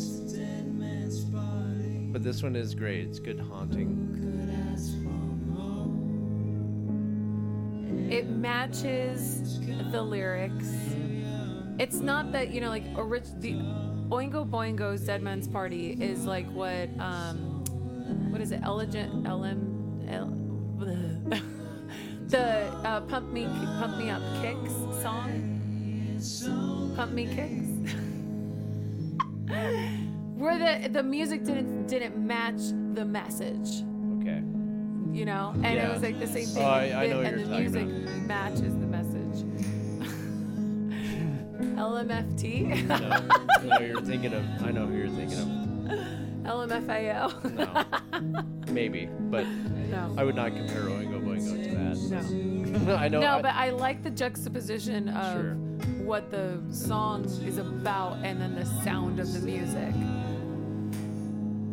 A: But this one is great. It's good haunting.
B: It matches the lyrics. It's not that you know, like a rich the Oingo Boingo's Dead Man's Party is like what um what is it? Elegant LM L, bleh. the uh, pump me pump me up kicks song. Pump me kicks. Where the the music didn't didn't match the message
A: Okay.
B: you know and
A: Yeah.
B: it was like the same thing
A: Oh, I- I know what
B: and
A: you're
B: the
A: talking
B: music matches the message lmft
A: No, no, you're thinking of. I know who you're thinking
B: lmfao
A: of. No, maybe, but
B: no
A: I would not compare Oingo Boingo to
B: no
A: that. I know.
B: no
A: I,
B: but i like the juxtaposition of
A: Sure.
B: what the song is about and then the sound of the music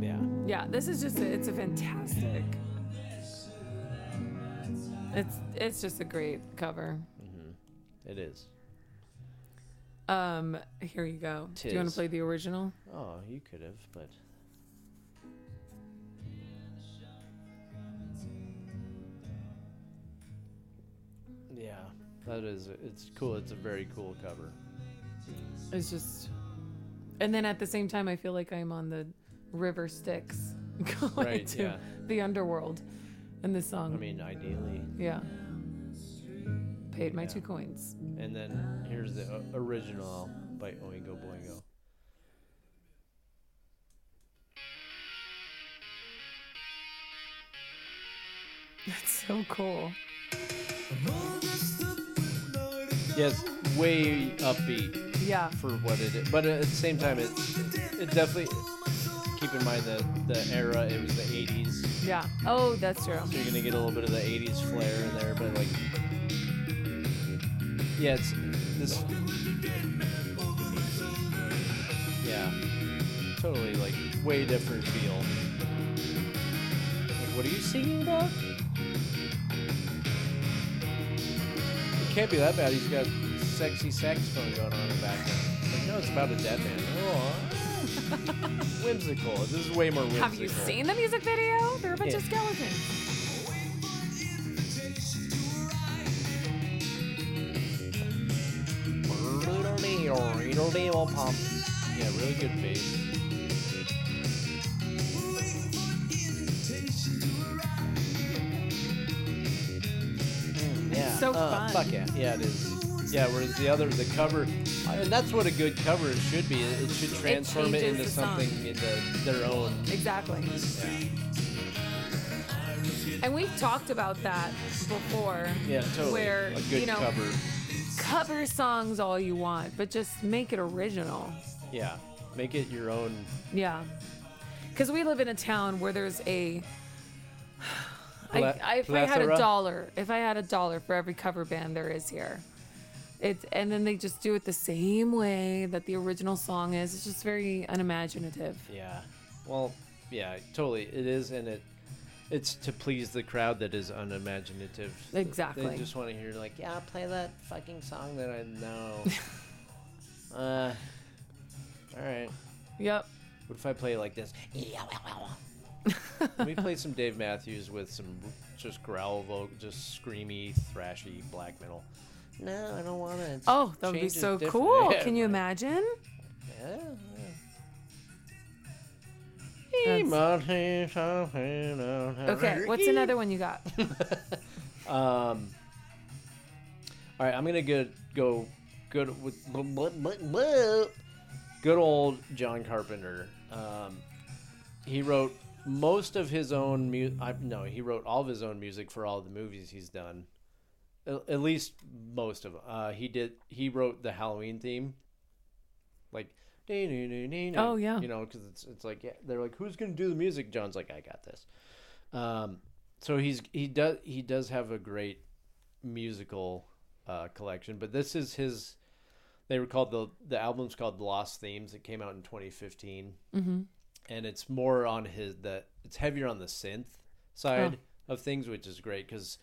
A: yeah.
B: yeah this is just a, it's a fantastic it's it's just a great cover
A: It is.
B: um here you go do you want
A: Tis.
B: to play the original
A: Oh, you could have, but yeah, that is. It's cool. It's a very cool cover.
B: It's just, and then at the same time, I feel like I'm on the river Styx, going
A: Right,
B: to
A: yeah.
B: the underworld, in this song.
A: I mean, ideally.
B: yeah. Paid my
A: Yeah.
B: two coins.
A: And then here's the o- original by Oingo Boingo.
B: That's so cool.
A: Yes, way upbeat
B: Yeah.
A: for what it is, but at the same time, it it definitely keep in mind that the era it was the '80s,
B: Yeah. Oh, that's true.
A: so you're gonna get a little bit of the '80s flair in there, but like, yeah, it's this, yeah, totally like way different feel. Like, what are you singing about? It can't be that bad. He's got sexy saxophone going on in the background. It's Like, no, it's about a dead man. Aw. whimsical. This is way more whimsical.
B: Have you seen the music video? They're a bunch of
A: Yeah.
B: skeletons.
A: Yeah, really good bass. Mm, Yeah.
B: so
A: uh,
B: fun.
A: Fuck yeah. Yeah, it is. Yeah, whereas the other, the cover, and that's what a good cover should be. It, it should transform it,
B: changes
A: into
B: the song.
A: something into their own.
B: Exactly.
A: Yeah.
B: And we've talked about that before.
A: Yeah, totally.
B: Where,
A: a good
B: you know,
A: cover.
B: cover songs all you want, but just make it original.
A: Yeah. Make it your own.
B: Yeah. Because we live in a town where there's a. I,
A: Ple-
B: I, if I had a
A: plethora?
B: dollar, if I had a dollar for every cover band there is here, it's and then they just do it the same way that the original song is. It's just very unimaginative.
A: Yeah. Well, yeah, totally. It is, and it it's to please the crowd that is unimaginative. They
B: Exactly.
A: just want to hear like, yeah, play that fucking song that I know. uh, all right.
B: Yep.
A: What if I play it like this? we played some Dave Matthews with some just growl vocal, just screamy, thrashy black metal. No, I don't want to.
B: Oh, that would be so cool. Can you imagine?
A: Yeah.
B: That's-
A: Okay,
B: Okay, what's another one you got?
A: Um, all right, I'm gonna go go good with blah, blah, blah, blah. good old John Carpenter. Um, he wrote most of his own music. No, he wrote all of his own music for all the movies he's done. At, at least most of them. Uh, he did. He wrote the Halloween theme, like.
B: Oh, yeah.
A: you know because it's it's like yeah, they're like who's gonna do the music? John's like I got this. Um, so he's he does he does have a great musical uh, collection, but this is his. They were called the the album's called Lost Themes. It came out in 2015,
B: Mm-hmm.
A: and it's more on his the it's heavier on the synth side of things, which is great because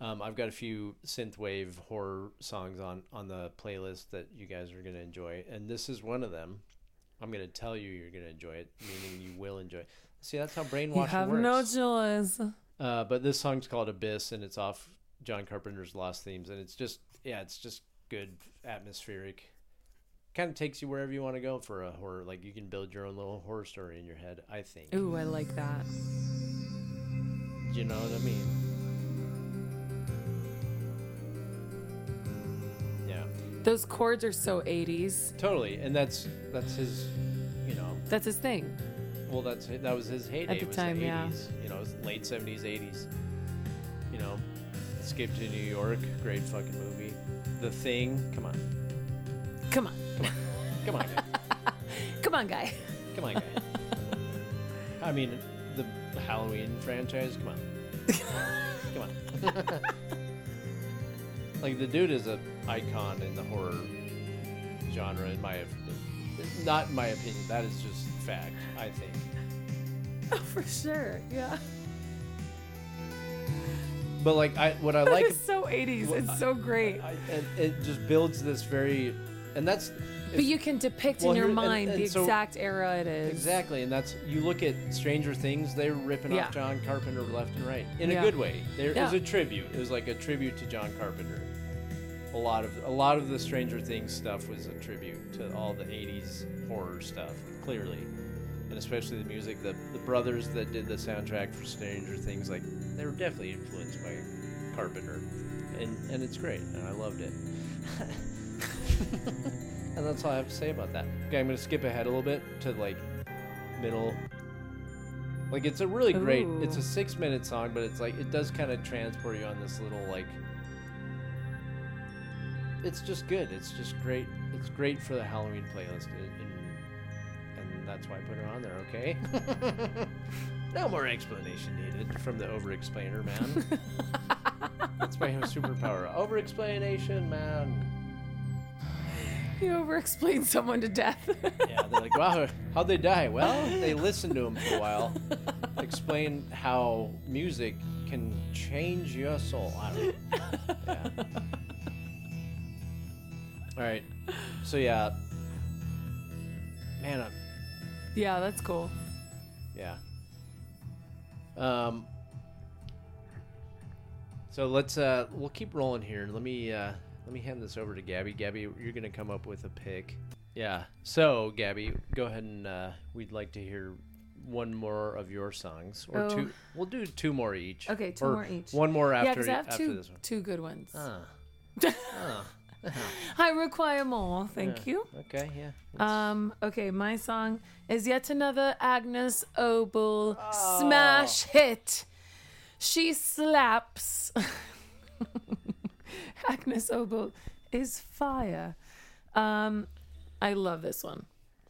A: um, I've got a few synthwave horror songs on on the playlist that you guys are gonna enjoy, and this is one of them. I'm gonna tell you you're gonna enjoy it, meaning you will enjoy. it. See, that's how brainwashing
B: You have
A: works.
B: no choice.
A: Uh, but this song's called Abyss, and it's off John Carpenter's Lost Themes, and it's just yeah, it's just good atmospheric. Kind of takes you wherever you want to go for a horror. Like you can build your own little horror story in your head. I think.
B: Ooh, I like that.
A: You know what I mean? Yeah,
B: Those chords are so 80s.
A: totally. And that's that's his. You know,
B: That's his thing.
A: well, that's that was his heyday.
B: At the
A: was
B: time,
A: the
B: yeah.
A: 80s, You know, it was late seventies, eighties. You know, Escape to New York, great fucking movie. The Thing, come on.
B: Come on.
A: Come on, guy.
B: Come on, guy.
A: come on, guy. I mean, the Halloween franchise. Come on, come on. like the dude is a icon in the horror genre, in my not in my opinion. That is just fact. I think.
B: Oh, for sure. Yeah.
A: But like, I what I like.
B: It's so 80s. It's so great.
A: I, and it just builds this very, and that's
B: But you can depict
A: Well,
B: in your
A: here- and-
B: mind
A: and
B: the
A: so-
B: exact era it is.
A: Exactly, and that's you look at Stranger Things; they're ripping
B: Yeah.
A: off John Carpenter left and right in
B: Yeah.
A: a good way. There
B: Yeah.
A: was a tribute; it was like a tribute to John Carpenter. A lot of a lot of the Stranger Things stuff was a tribute to all the '80s horror stuff, clearly, and especially the music. The the brothers that did the soundtrack for Stranger Things, like they were definitely influenced by Carpenter, and and it's great, and I loved it. And that's all I have to say about that. Okay, I'm gonna skip ahead a little bit to like middle. Like it's a really great.
B: Ooh.
A: It's a six minute song, but it's like it does kind of transport you on this little like. It's just good. It's just great. It's great for the Halloween playlist, and, and- and that's why I put it on there. Okay. no more explanation needed from the over-explainer man. that's my superpower. Over-explanation man.
B: You over explain someone to death.
A: Yeah, they're like, wow, how'd they die? Well, they listened to him for a while. Explain how music can change your soul. I don't know. Yeah. All right. So, yeah. Man, I'm,
B: yeah, that's cool.
A: yeah. Um, so let's uh, we'll keep rolling here. Let me uh, let me hand this over to Gabby. Gabby, you're gonna come up with a pick. Yeah. So Gabby, go ahead and uh, we'd like to hear one more of your songs or
B: Oh.
A: two. We'll do two more each.
B: Okay, two
A: or
B: more each.
A: One more
B: Yeah,
A: after e,
B: because I have
A: after
B: two,
A: this one.
B: two good ones.
A: Ah. Ah.
B: I require more. Thank
A: Yeah.
B: you.
A: Okay. Yeah.
B: Um, okay, my song is yet another Agnes Obel smash hit. She slaps. Agnes Obel is fire. Um, I love this one.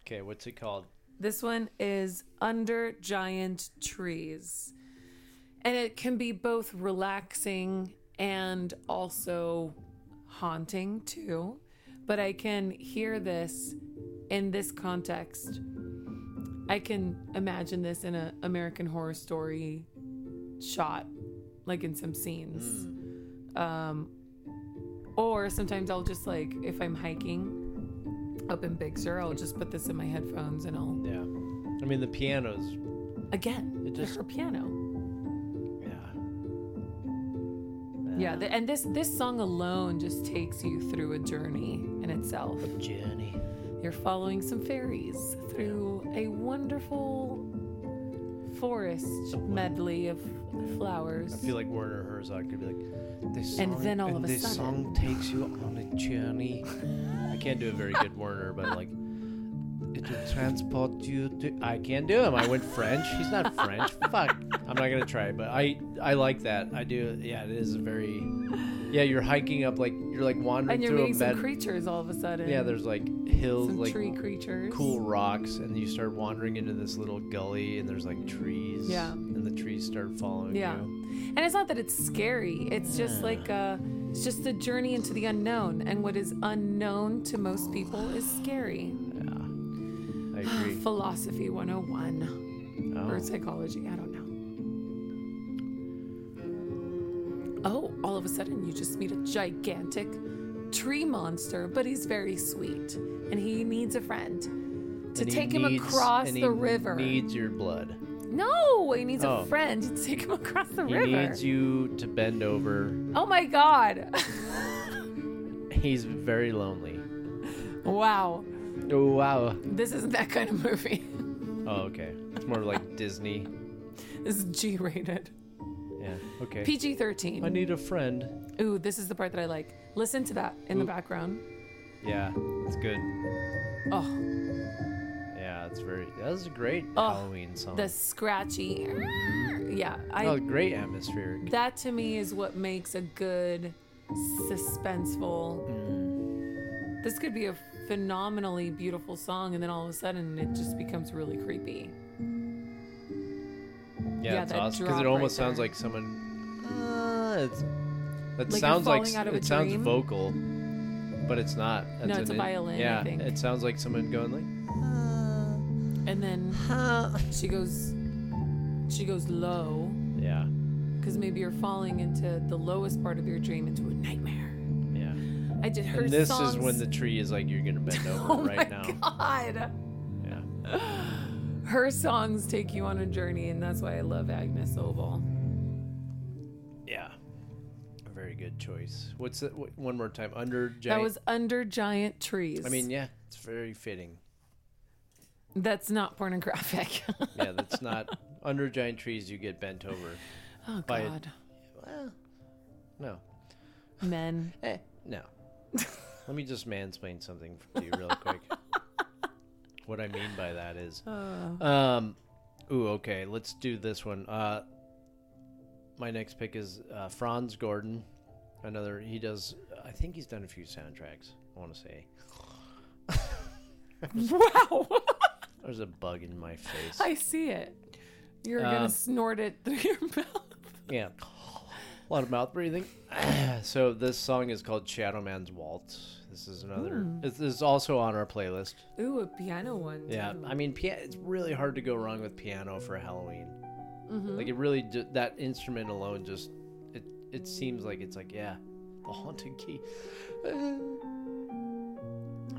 A: Okay. What's it called?
B: This one is Under Giant Trees. And it can be both relaxing and also haunting, too. But I can hear this in this context I can imagine this in a American Horror Story shot, like in some scenes. Um, or sometimes I'll just like if I'm hiking up in Big Sur, I'll just put this in my headphones and I'll
A: Yeah. I mean, the pianos.
B: again
A: It just-
B: her piano.
A: Yeah.
B: Yeah, th- and this this song alone just takes you through a journey in itself.
A: Journey.
B: You're following some fairies through a wonderful forest medley of flowers.
A: I feel like Werner Herzog could be like, this song,
B: And then all of a
A: this
B: sudden-
A: song takes you on a journey. I can't do a very good Werner, but like, it will transport you to. I can't do him. I went French. He's not French. Fuck. I'm not gonna try. But I, I like that. I do. Yeah, it is very. Yeah, you're hiking up like you're like wandering
B: and you're
A: through
B: meeting
A: a
B: some
A: bed.
B: creatures all of a sudden.
A: yeah, there's like hills,
B: some
A: like
B: tree creatures.
A: cool rocks, and you start wandering into this little gully, and there's like trees.
B: Yeah.
A: And the trees start following
B: Yeah.
A: you.
B: And it's not that it's scary. It's just like uh it's just a journey into the unknown and what is unknown to most people is scary.
A: I agree.
B: Philosophy 101
A: Oh.
B: or psychology, I don't know. Oh, all of a sudden you just meet a gigantic tree monster, but he's very sweet and he needs a friend to
A: And he
B: take him
A: needs-
B: across
A: and
B: the
A: he
B: river.
A: Needs your blood.
B: no, he needs
A: Oh.
B: a friend to take him across the
A: He
B: river.
A: needs you to bend over.
B: Oh my god.
A: He's very lonely.
B: wow.
A: Oh wow.
B: This isn't that kind of movie.
A: Oh okay. It's more like Disney.
B: This is G rated.
A: Yeah. Okay.
B: PG
A: I
B: 13.
A: need a friend.
B: Ooh, this is the part that I like. Listen to that in the background.
A: Yeah, it's good.
B: Oh,
A: Yeah, it's very. That was a great
B: Oh,
A: Halloween song.
B: the scratchy. Yeah,
A: oh,
B: I
A: great atmospheric.
B: that to me is what makes a good suspenseful.
A: Mm.
B: This could be a phenomenally beautiful song and then all of a sudden it just becomes really creepy.
A: Yeah,
B: yeah,
A: it's
B: that
A: awesome because
B: drop
A: it
B: right
A: almost sounds
B: there.
A: like someone. Uh, it's, that
B: you're
A: sounds like
B: falling
A: s-
B: out of a
A: it sounds
B: dream?
A: vocal, but it's not. That's
B: it's a
A: an in-
B: violin, I
A: Yeah,
B: think.
A: it sounds like uh, someone going like.
B: And then
A: "Uh, huh."
B: she goes she goes low.
A: Yeah,
B: because maybe you're falling into the lowest part of your dream into a nightmare.
A: yeah.
B: I just heard
A: and this
B: songs.
A: is when the tree is like, you're gonna bend over
B: oh
A: right
B: my
A: now.
B: god,
A: Yeah.
B: her songs take you on a journey, and that's why I love Agnes Obel.
A: Yeah. A very good choice. What's it? What, one more time. Under
B: That
A: giant.
B: was under giant trees.
A: I mean, yeah, it's very fitting.
B: that's not pornographic.
A: Yeah, that's not under giant trees. You get bent over.
B: oh
A: By a-
B: god,
A: Well, no,
B: men.
A: eh, no. Let me just mansplain something to you real quick. what I mean by that is, um, ooh, okay, let's do this one. Uh, my next pick is uh, Franz Gordon. Another, he does. I think he's done a few soundtracks. I want to say
B: Wow,
A: there's a bug in my face.
B: I see it. You're
A: Um,
B: gonna snort it through your mouth.
A: Yeah. A lot of mouth breathing. so this song is called Shadow Man's Waltz. This is another. This is also on our playlist.
B: Ooh, a piano one.
A: Yeah,
B: too.
A: I mean, pia- it's really hard to go wrong with piano for Halloween.
B: Mm-hmm.
A: Like it really, ju- that instrument alone just it it seems like it's like yeah, the haunted key. I'm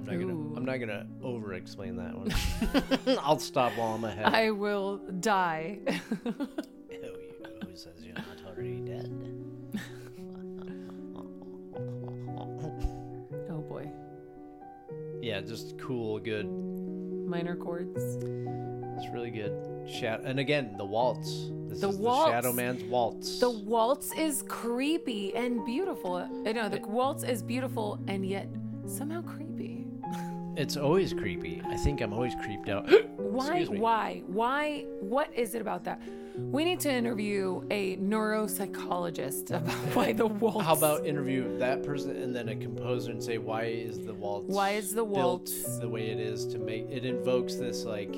A: not
B: Ooh.
A: gonna I'm not gonna over explain that one. I'll stop while I'm ahead.
B: I will die.
A: Who, you- who says you're not already dead?
B: oh boy,
A: Yeah, just cool, good
B: minor chords.
A: It's really good. Shat- and again, the waltz. This
B: The
A: is
B: waltz.
A: the Shadow Man's waltz.
B: The waltz is creepy and beautiful. I know the waltz is beautiful and yet somehow creepy.
A: it's always creepy. I think I'm always creeped out.
B: Why?
A: Excuse me.
B: Why? Why? What is it about that? We need to interview a neuropsychologist about why the waltz.
A: How about interview that person and then a composer and say why is the waltz?
B: Why is the waltz-
A: built the way it is to make it invokes this like?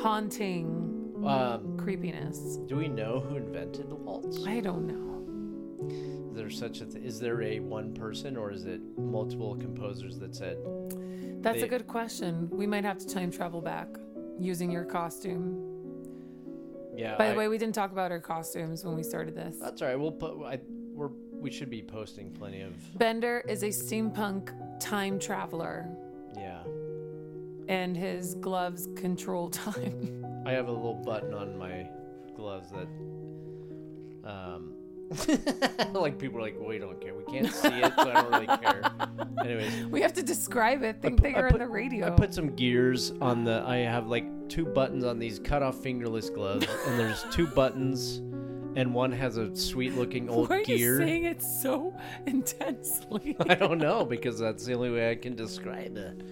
B: haunting
A: Um,
B: creepiness?
A: do we know who invented the waltz?
B: I don't know.
A: Is there such a? Th- is there a one person or is it multiple composers that said
B: That's a
A: They-
B: good question. We might have to time travel back. using your costume.
A: Yeah.
B: By
A: I- Uh,
B: the way, we didn't talk about our costumes when we started this.
A: that's all right. We'll put. I, we're we should be posting plenty of.
B: Bender is a steampunk time traveler,
A: Yeah.
B: and his gloves control time.
A: I have a little button on my gloves that. Um. like people are like, we don't care. We can't see it, so I don't really care. Anyways,
B: we have to describe it. Think
A: pu-
B: they
A: I
B: are
A: put-
B: on the radio.
A: I put some gears on the. I have like two buttons on these cut off fingerless gloves, and there's two buttons, and one has a sweet looking old
B: Why are
A: gear.
B: you saying it so intensely?
A: I don't know because that's the only way I can describe it.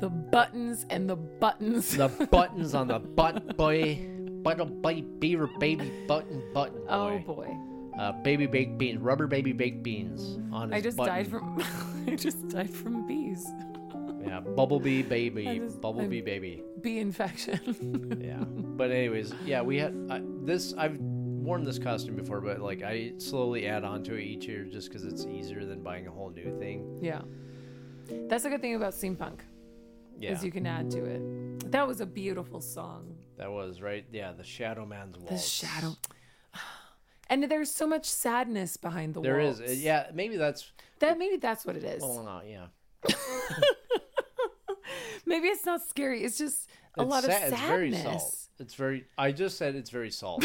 B: the buttons and the buttons.
A: The buttons on the butt boy, butter boy, beaver baby button button
B: oh
A: boy,
B: boy.
A: uh, baby baked beans, rubber baby baked beans on his
B: I just
A: button.
B: died from I just died from bees.
A: yeah bubblebee baby,
B: I just-
A: bubblebee
B: I'm-
A: baby.
B: Bee infection.
A: yeah but anyways yeah we had I, this i've worn this costume before but like i slowly add on to it each year just because it's easier than buying a whole new thing
B: yeah. That's a good thing about steampunk
A: yeah
B: is you can add to it. That was a beautiful song.
A: that was right yeah the shadow man's waltz
B: The shadow. And there's so much sadness behind the
A: there
B: waltz.
A: is uh, yeah maybe that's
B: That maybe that's what it is.
A: well not yeah
B: Maybe it's not scary. It's just a
A: it's
B: lot
A: sad-
B: of
A: it's very salt
B: sadness.
A: it's very i just said it's very salt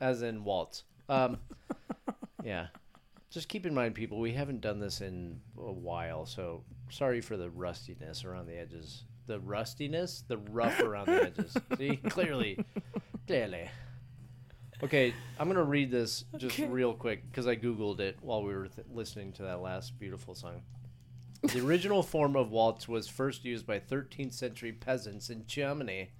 A: as in waltz um yeah just keep in mind people we haven't done this in a while so sorry for the rustiness around the edges the rustiness the rough around the edges see clearly clearly okay i'm gonna read this just
B: Okay.
A: real quick because i googled it while we were th- listening to that last beautiful song the original form of waltz was first used by 13th century peasants in germany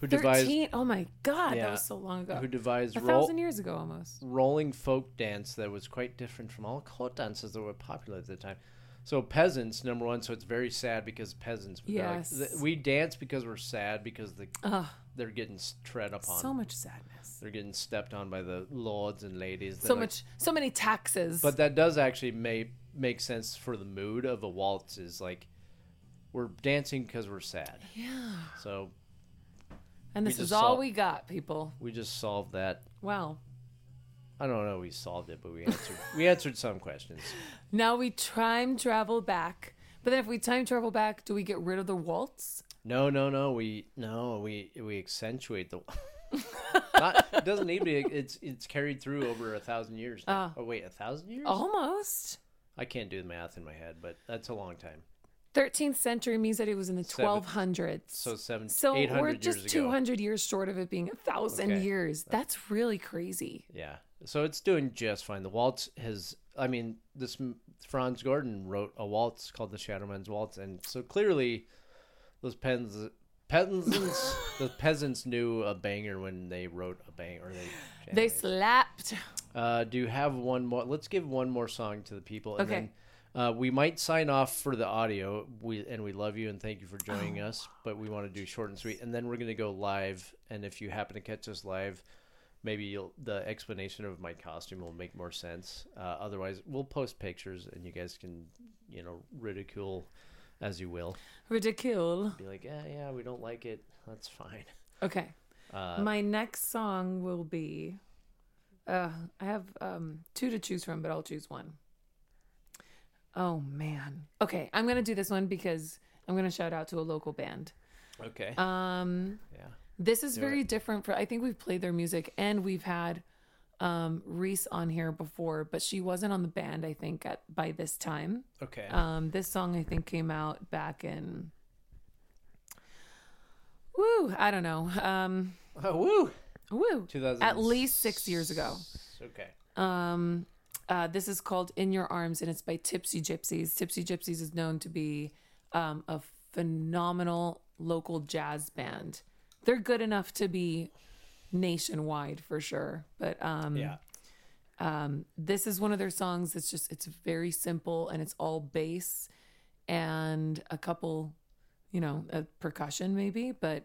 A: who devised
B: Thirteen. Oh my god,
A: Yeah.
B: that was so long ago.
A: who devised
B: a
A: roll,
B: thousand years ago almost.
A: rolling folk dance that was quite different from all court dances that were popular at the time. So peasants, number one. So it's very sad because peasants. they're like-
B: Yes.
A: th- we dance because we're sad because the,
B: Ugh,
A: they're getting s- tread upon.
B: so much sadness.
A: they're getting stepped on by the lords and ladies. that
B: So
A: are-
B: much so many taxes.
A: But that does actually make make sense for the mood of a waltz. Is like we're dancing because we're sad.
B: yeah.
A: So
B: And
A: we
B: this is
A: just
B: all
A: saw-
B: we got, people.
A: we just solved that.
B: Wow.
A: I don't know. We solved it, but we answered we answered some questions.
B: Now we time travel back. But then if we time travel back, do we get rid of the waltz?
A: No, no, no. We no, we we accentuate the. Not, it doesn't need to. Be, it's it's carried through over a thousand years. Now.
B: Ah.
A: oh wait, a thousand years?
B: Almost.
A: I can't do the math in my head, but that's a long time.
B: 13th century means that it was in the
A: Seven-
B: 1200s.
A: So seven,
B: So
A: eight
B: we're
A: hundred years
B: just
A: ago.
B: 200 years short of it being a thousand
A: Okay.
B: years. That's really crazy.
A: Yeah. So it's doing just fine. The waltz has. I mean, this m- Franz Gordon wrote a waltz called the Shadow Man's Waltz, and so clearly, those pens. Peasants, the peasants knew a banger when they wrote a bang, or they.
B: They slapped.
A: Uh, do you have one more? Let's give one more song to the people, and then
B: Okay.
A: uh, we might sign off for the audio. We and we love you and thank you for joining
B: Oh.
A: us, but we want to do short and sweet, and then we're gonna go live. And if you happen to catch us live, maybe you'll, the explanation of my costume will make more sense. Uh, otherwise, we'll post pictures, and you guys can, you know, ridicule as you will.
B: Ridicule.
A: Be like, yeah, yeah, we don't like it. That's fine.
B: Okay.
A: Uh,
B: My next song will be. Uh, I have um, two to choose from, but I'll choose one. Oh man. Okay, I'm gonna do this one because I'm gonna shout out to a local band.
A: okay.
B: Um,
A: yeah.
B: this is
A: Do
B: very different. For I think we've played their music and we've had um, Reese on here before, but she wasn't on the band. I think at by this time.
A: Okay.
B: Um, this song I think came out back in. Woo! I don't know. Um,
A: oh, woo.
B: woo!
A: 2000
B: At least six years ago.
A: Okay.
B: Um, uh, this is called In Your Arms, and it's by Tipsy Gypsies. Tipsy Gypsies is known to be um, a phenomenal local jazz band. They're good enough to be nationwide for sure, but um,
A: Yeah.
B: um, this is one of their songs. It's just it's very simple and it's all bass and a couple, you know, a percussion maybe. But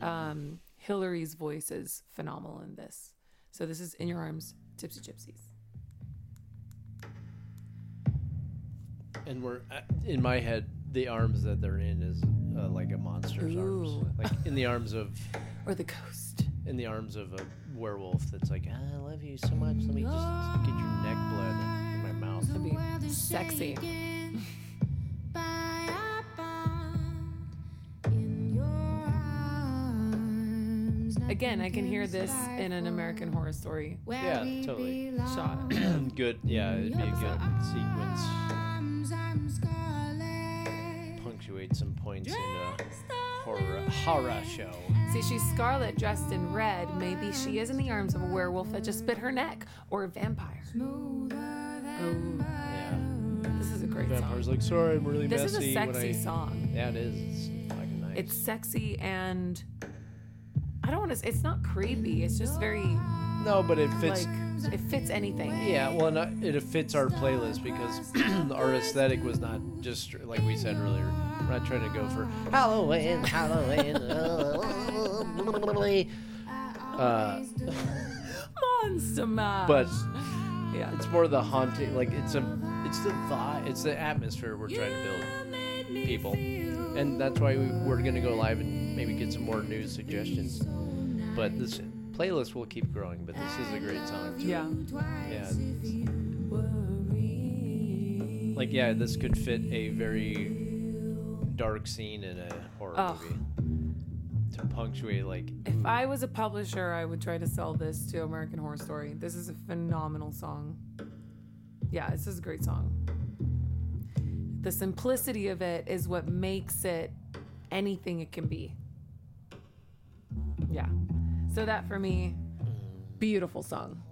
B: um, Hillary's voice is phenomenal in this. So this is in your arms, Tipsy Gypsies.
A: uh, And we're in my head, the arms that they're in is uh, like a monster's arms,
B: Ooh.
A: like in the arms of
B: Or the ghost.
A: in the arms of a werewolf that's like, "Ah, I love you so much. Let me just get your neck blood in my mouth.
B: That'd be sexy. Again, I can hear this in an American Horror Story
A: Yeah, totally.
B: shot.
A: good. Yeah, it'd be a good sequence. Punctuate some points in a horror horror show.
B: See, she's Scarlet dressed in red. Maybe she is in the arms of a werewolf that just bit her neck or a vampire. Oh,
A: Yeah.
B: this is a great song.
A: Vampire's like, sorry, I'm really
B: This is
A: messy.
B: a
A: when
B: sexy
A: I-"
B: song.
A: Yeah, it is. It's fucking nice.
B: It's sexy and I don't want to. It's not creepy. It's just very
A: no, but it fits.
B: like it fits anything.
A: yeah, well, and uh, it fits our playlist because our aesthetic was not just like we said earlier. We're not trying to go for Halloween, Halloween. uh,
B: Monster Mash.
A: but
B: yeah,
A: it's more the haunting. Like it's a, it's the vibe, it's the atmosphere we're trying to build, people, and that's why we, we're gonna go live and maybe get some more news suggestions. But this playlist will keep growing. But this is a great song. Too.
B: yeah.
A: Yeah. Like, yeah, this could fit a very dark scene in a horror
B: Ugh.
A: movie. To punctuate, like,
B: If I was a publisher, I would try to sell this to American Horror Story. This is a phenomenal song. Yeah, this is a great song. The simplicity of it is what makes it anything it can be. Yeah. So that for me, beautiful song.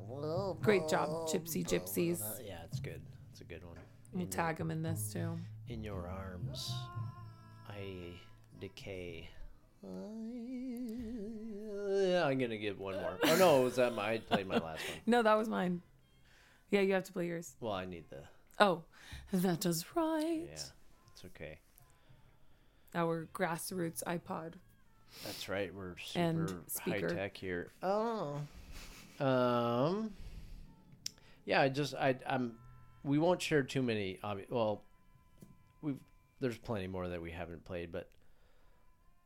B: Great job, Gypsy Gypsies.
A: oh, yeah, it's good. It's a good one.
B: We'll tag them in this too.
A: In your arms, I decay. I'm gonna give one more. Oh no, was that my? I played my last one.
B: No, that was mine. Yeah, you have to play yours.
A: Well, I need the.
B: Oh, that is right.
A: Yeah, it's okay.
B: Our grassroots iPod
A: That's right. We're
B: And
A: super high
B: speaker.
A: tech here. Oh. Um. Yeah, I just I I'm we won't share too many. Obvi- well, we've there's plenty more that we haven't played, but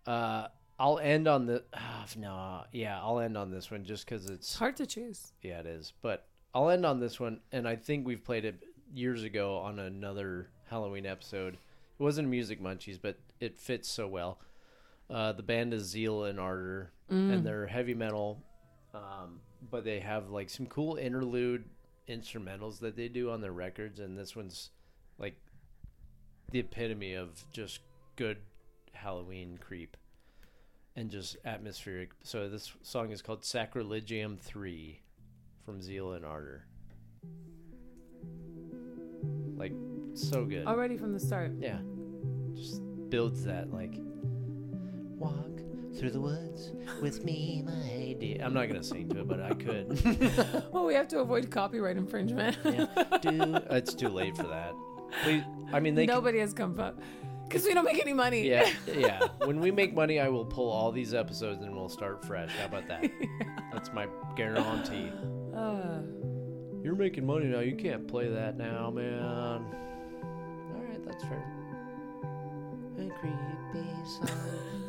A: uh, I'll end on the ah, no yeah I'll end on this one just because it's
B: It's hard to choose.
A: yeah, it is. But I'll end on this one, and I think we've played it years ago on another Halloween episode. It wasn't Music Munchies, but it fits so well. Uh, the band is Zeal and Ardor, and they're heavy metal, um, but they have like some cool interlude instrumentals that they do on their records, and this one's like the epitome of just good Halloween creep and just atmospheric. So this song is called Sacrilegium 3 from Zeal and Ardor. Like so good.
B: Already from the start.
A: Yeah. Just builds that like walk through the woods with me my dear. I'm not going to sing to it, but I could.
B: Well, we have to avoid copyright infringement.
A: Yeah, do- it's too late for that. Please I mean they can-
B: Nobody has come up because we don't make any money.
A: Yeah, yeah. When we make money, I will pull all these episodes and we'll start fresh. How about that? That's my guarantee.
B: Uh,
A: You're making money now. You can't play that now, man. All right, that's fair. A creepy song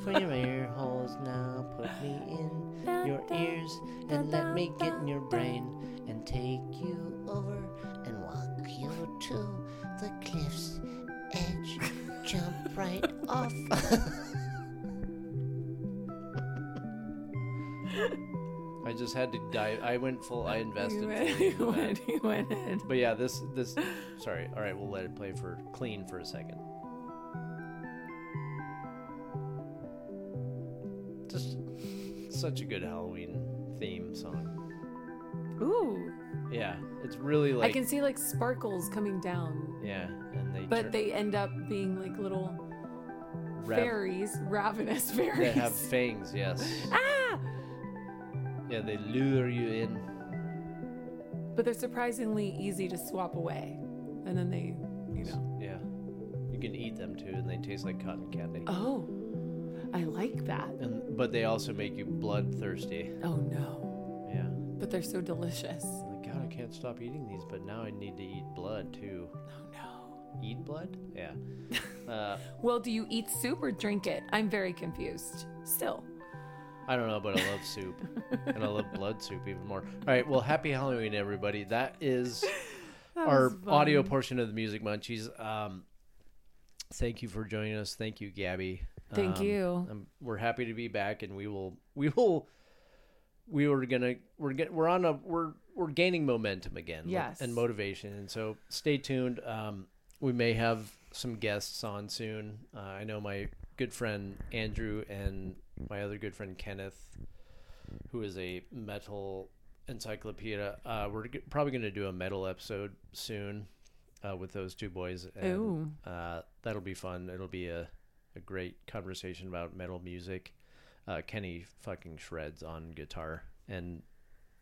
A: for your ear holes now. Put me in your ears and let me get in your brain and take you over and walk you to the cliff's edge. Jump right off. I just had to dive. I went full. I invested.
B: you
A: fully
B: went,
A: into
B: you
A: that.
B: went, you went in.
A: But yeah, this this sorry. All right, we'll let it play for clean for a second. Just such a good Halloween theme song.
B: Ooh,
A: Yeah, it's really like
B: I can see like sparkles coming down,
A: yeah, and they
B: but
A: turn-
B: they end up being like little
A: rav-
B: fairies, ravenous fairies.
A: They have fangs, yes.
B: ah,
A: Yeah, they lure you in.
B: but they're surprisingly easy to swap away, and then they, you know.
A: Yeah, you can eat them too, and they taste like cotton candy.
B: Oh, I like that.
A: And but they also make you bloodthirsty.
B: Oh no,
A: Yeah.
B: but they're so delicious.
A: Like God, I can't stop eating these, but now I need to eat blood too.
B: Oh no.
A: Eat blood? Yeah. Uh,
B: Well, do you eat soup or drink it? I'm very confused. Still.
A: I don't know, but I love soup. and I love blood soup even more. All right. Well, happy Halloween, everybody. That is our
B: was fun.
A: audio portion of the Music Munchies. Um, thank you for joining us. Thank you, Gabby.
B: Thank
A: Um,
B: you.
A: um, we're happy to be back, and we will. We will. We were gonna. We're get, We're on a. We're we're gaining momentum again. like,
B: Yes.
A: And motivation, and so stay tuned. Um, we may have some guests on soon. Uh, I know my good friend Andrew and my other good friend Kenneth, who is a metal encyclopedia. Uh, we're g- probably gonna do a metal episode soon. Uh, with those two boys, and
B: Ooh.
A: uh, that'll be fun. It'll be a, a great conversation about metal music. Uh, Kenny fucking shreds on guitar, and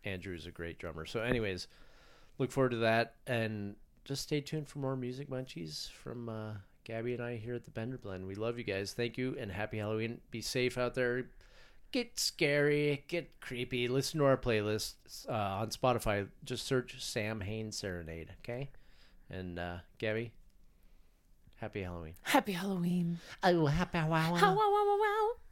A: Andrew's a great drummer. So, anyways, look forward to that, and just stay tuned for more music munchies from uh, Gabby and I here at the Bender Blend. We love you guys. Thank you, and happy Halloween. Be safe out there. Get scary, get creepy. Listen to our playlist uh, on Spotify. Just search Sam Hain Serenade, okay? And uh, Gabby, happy Halloween.
B: Happy Halloween.
A: Oh, happy Halloween.
B: How wow wow wow wow.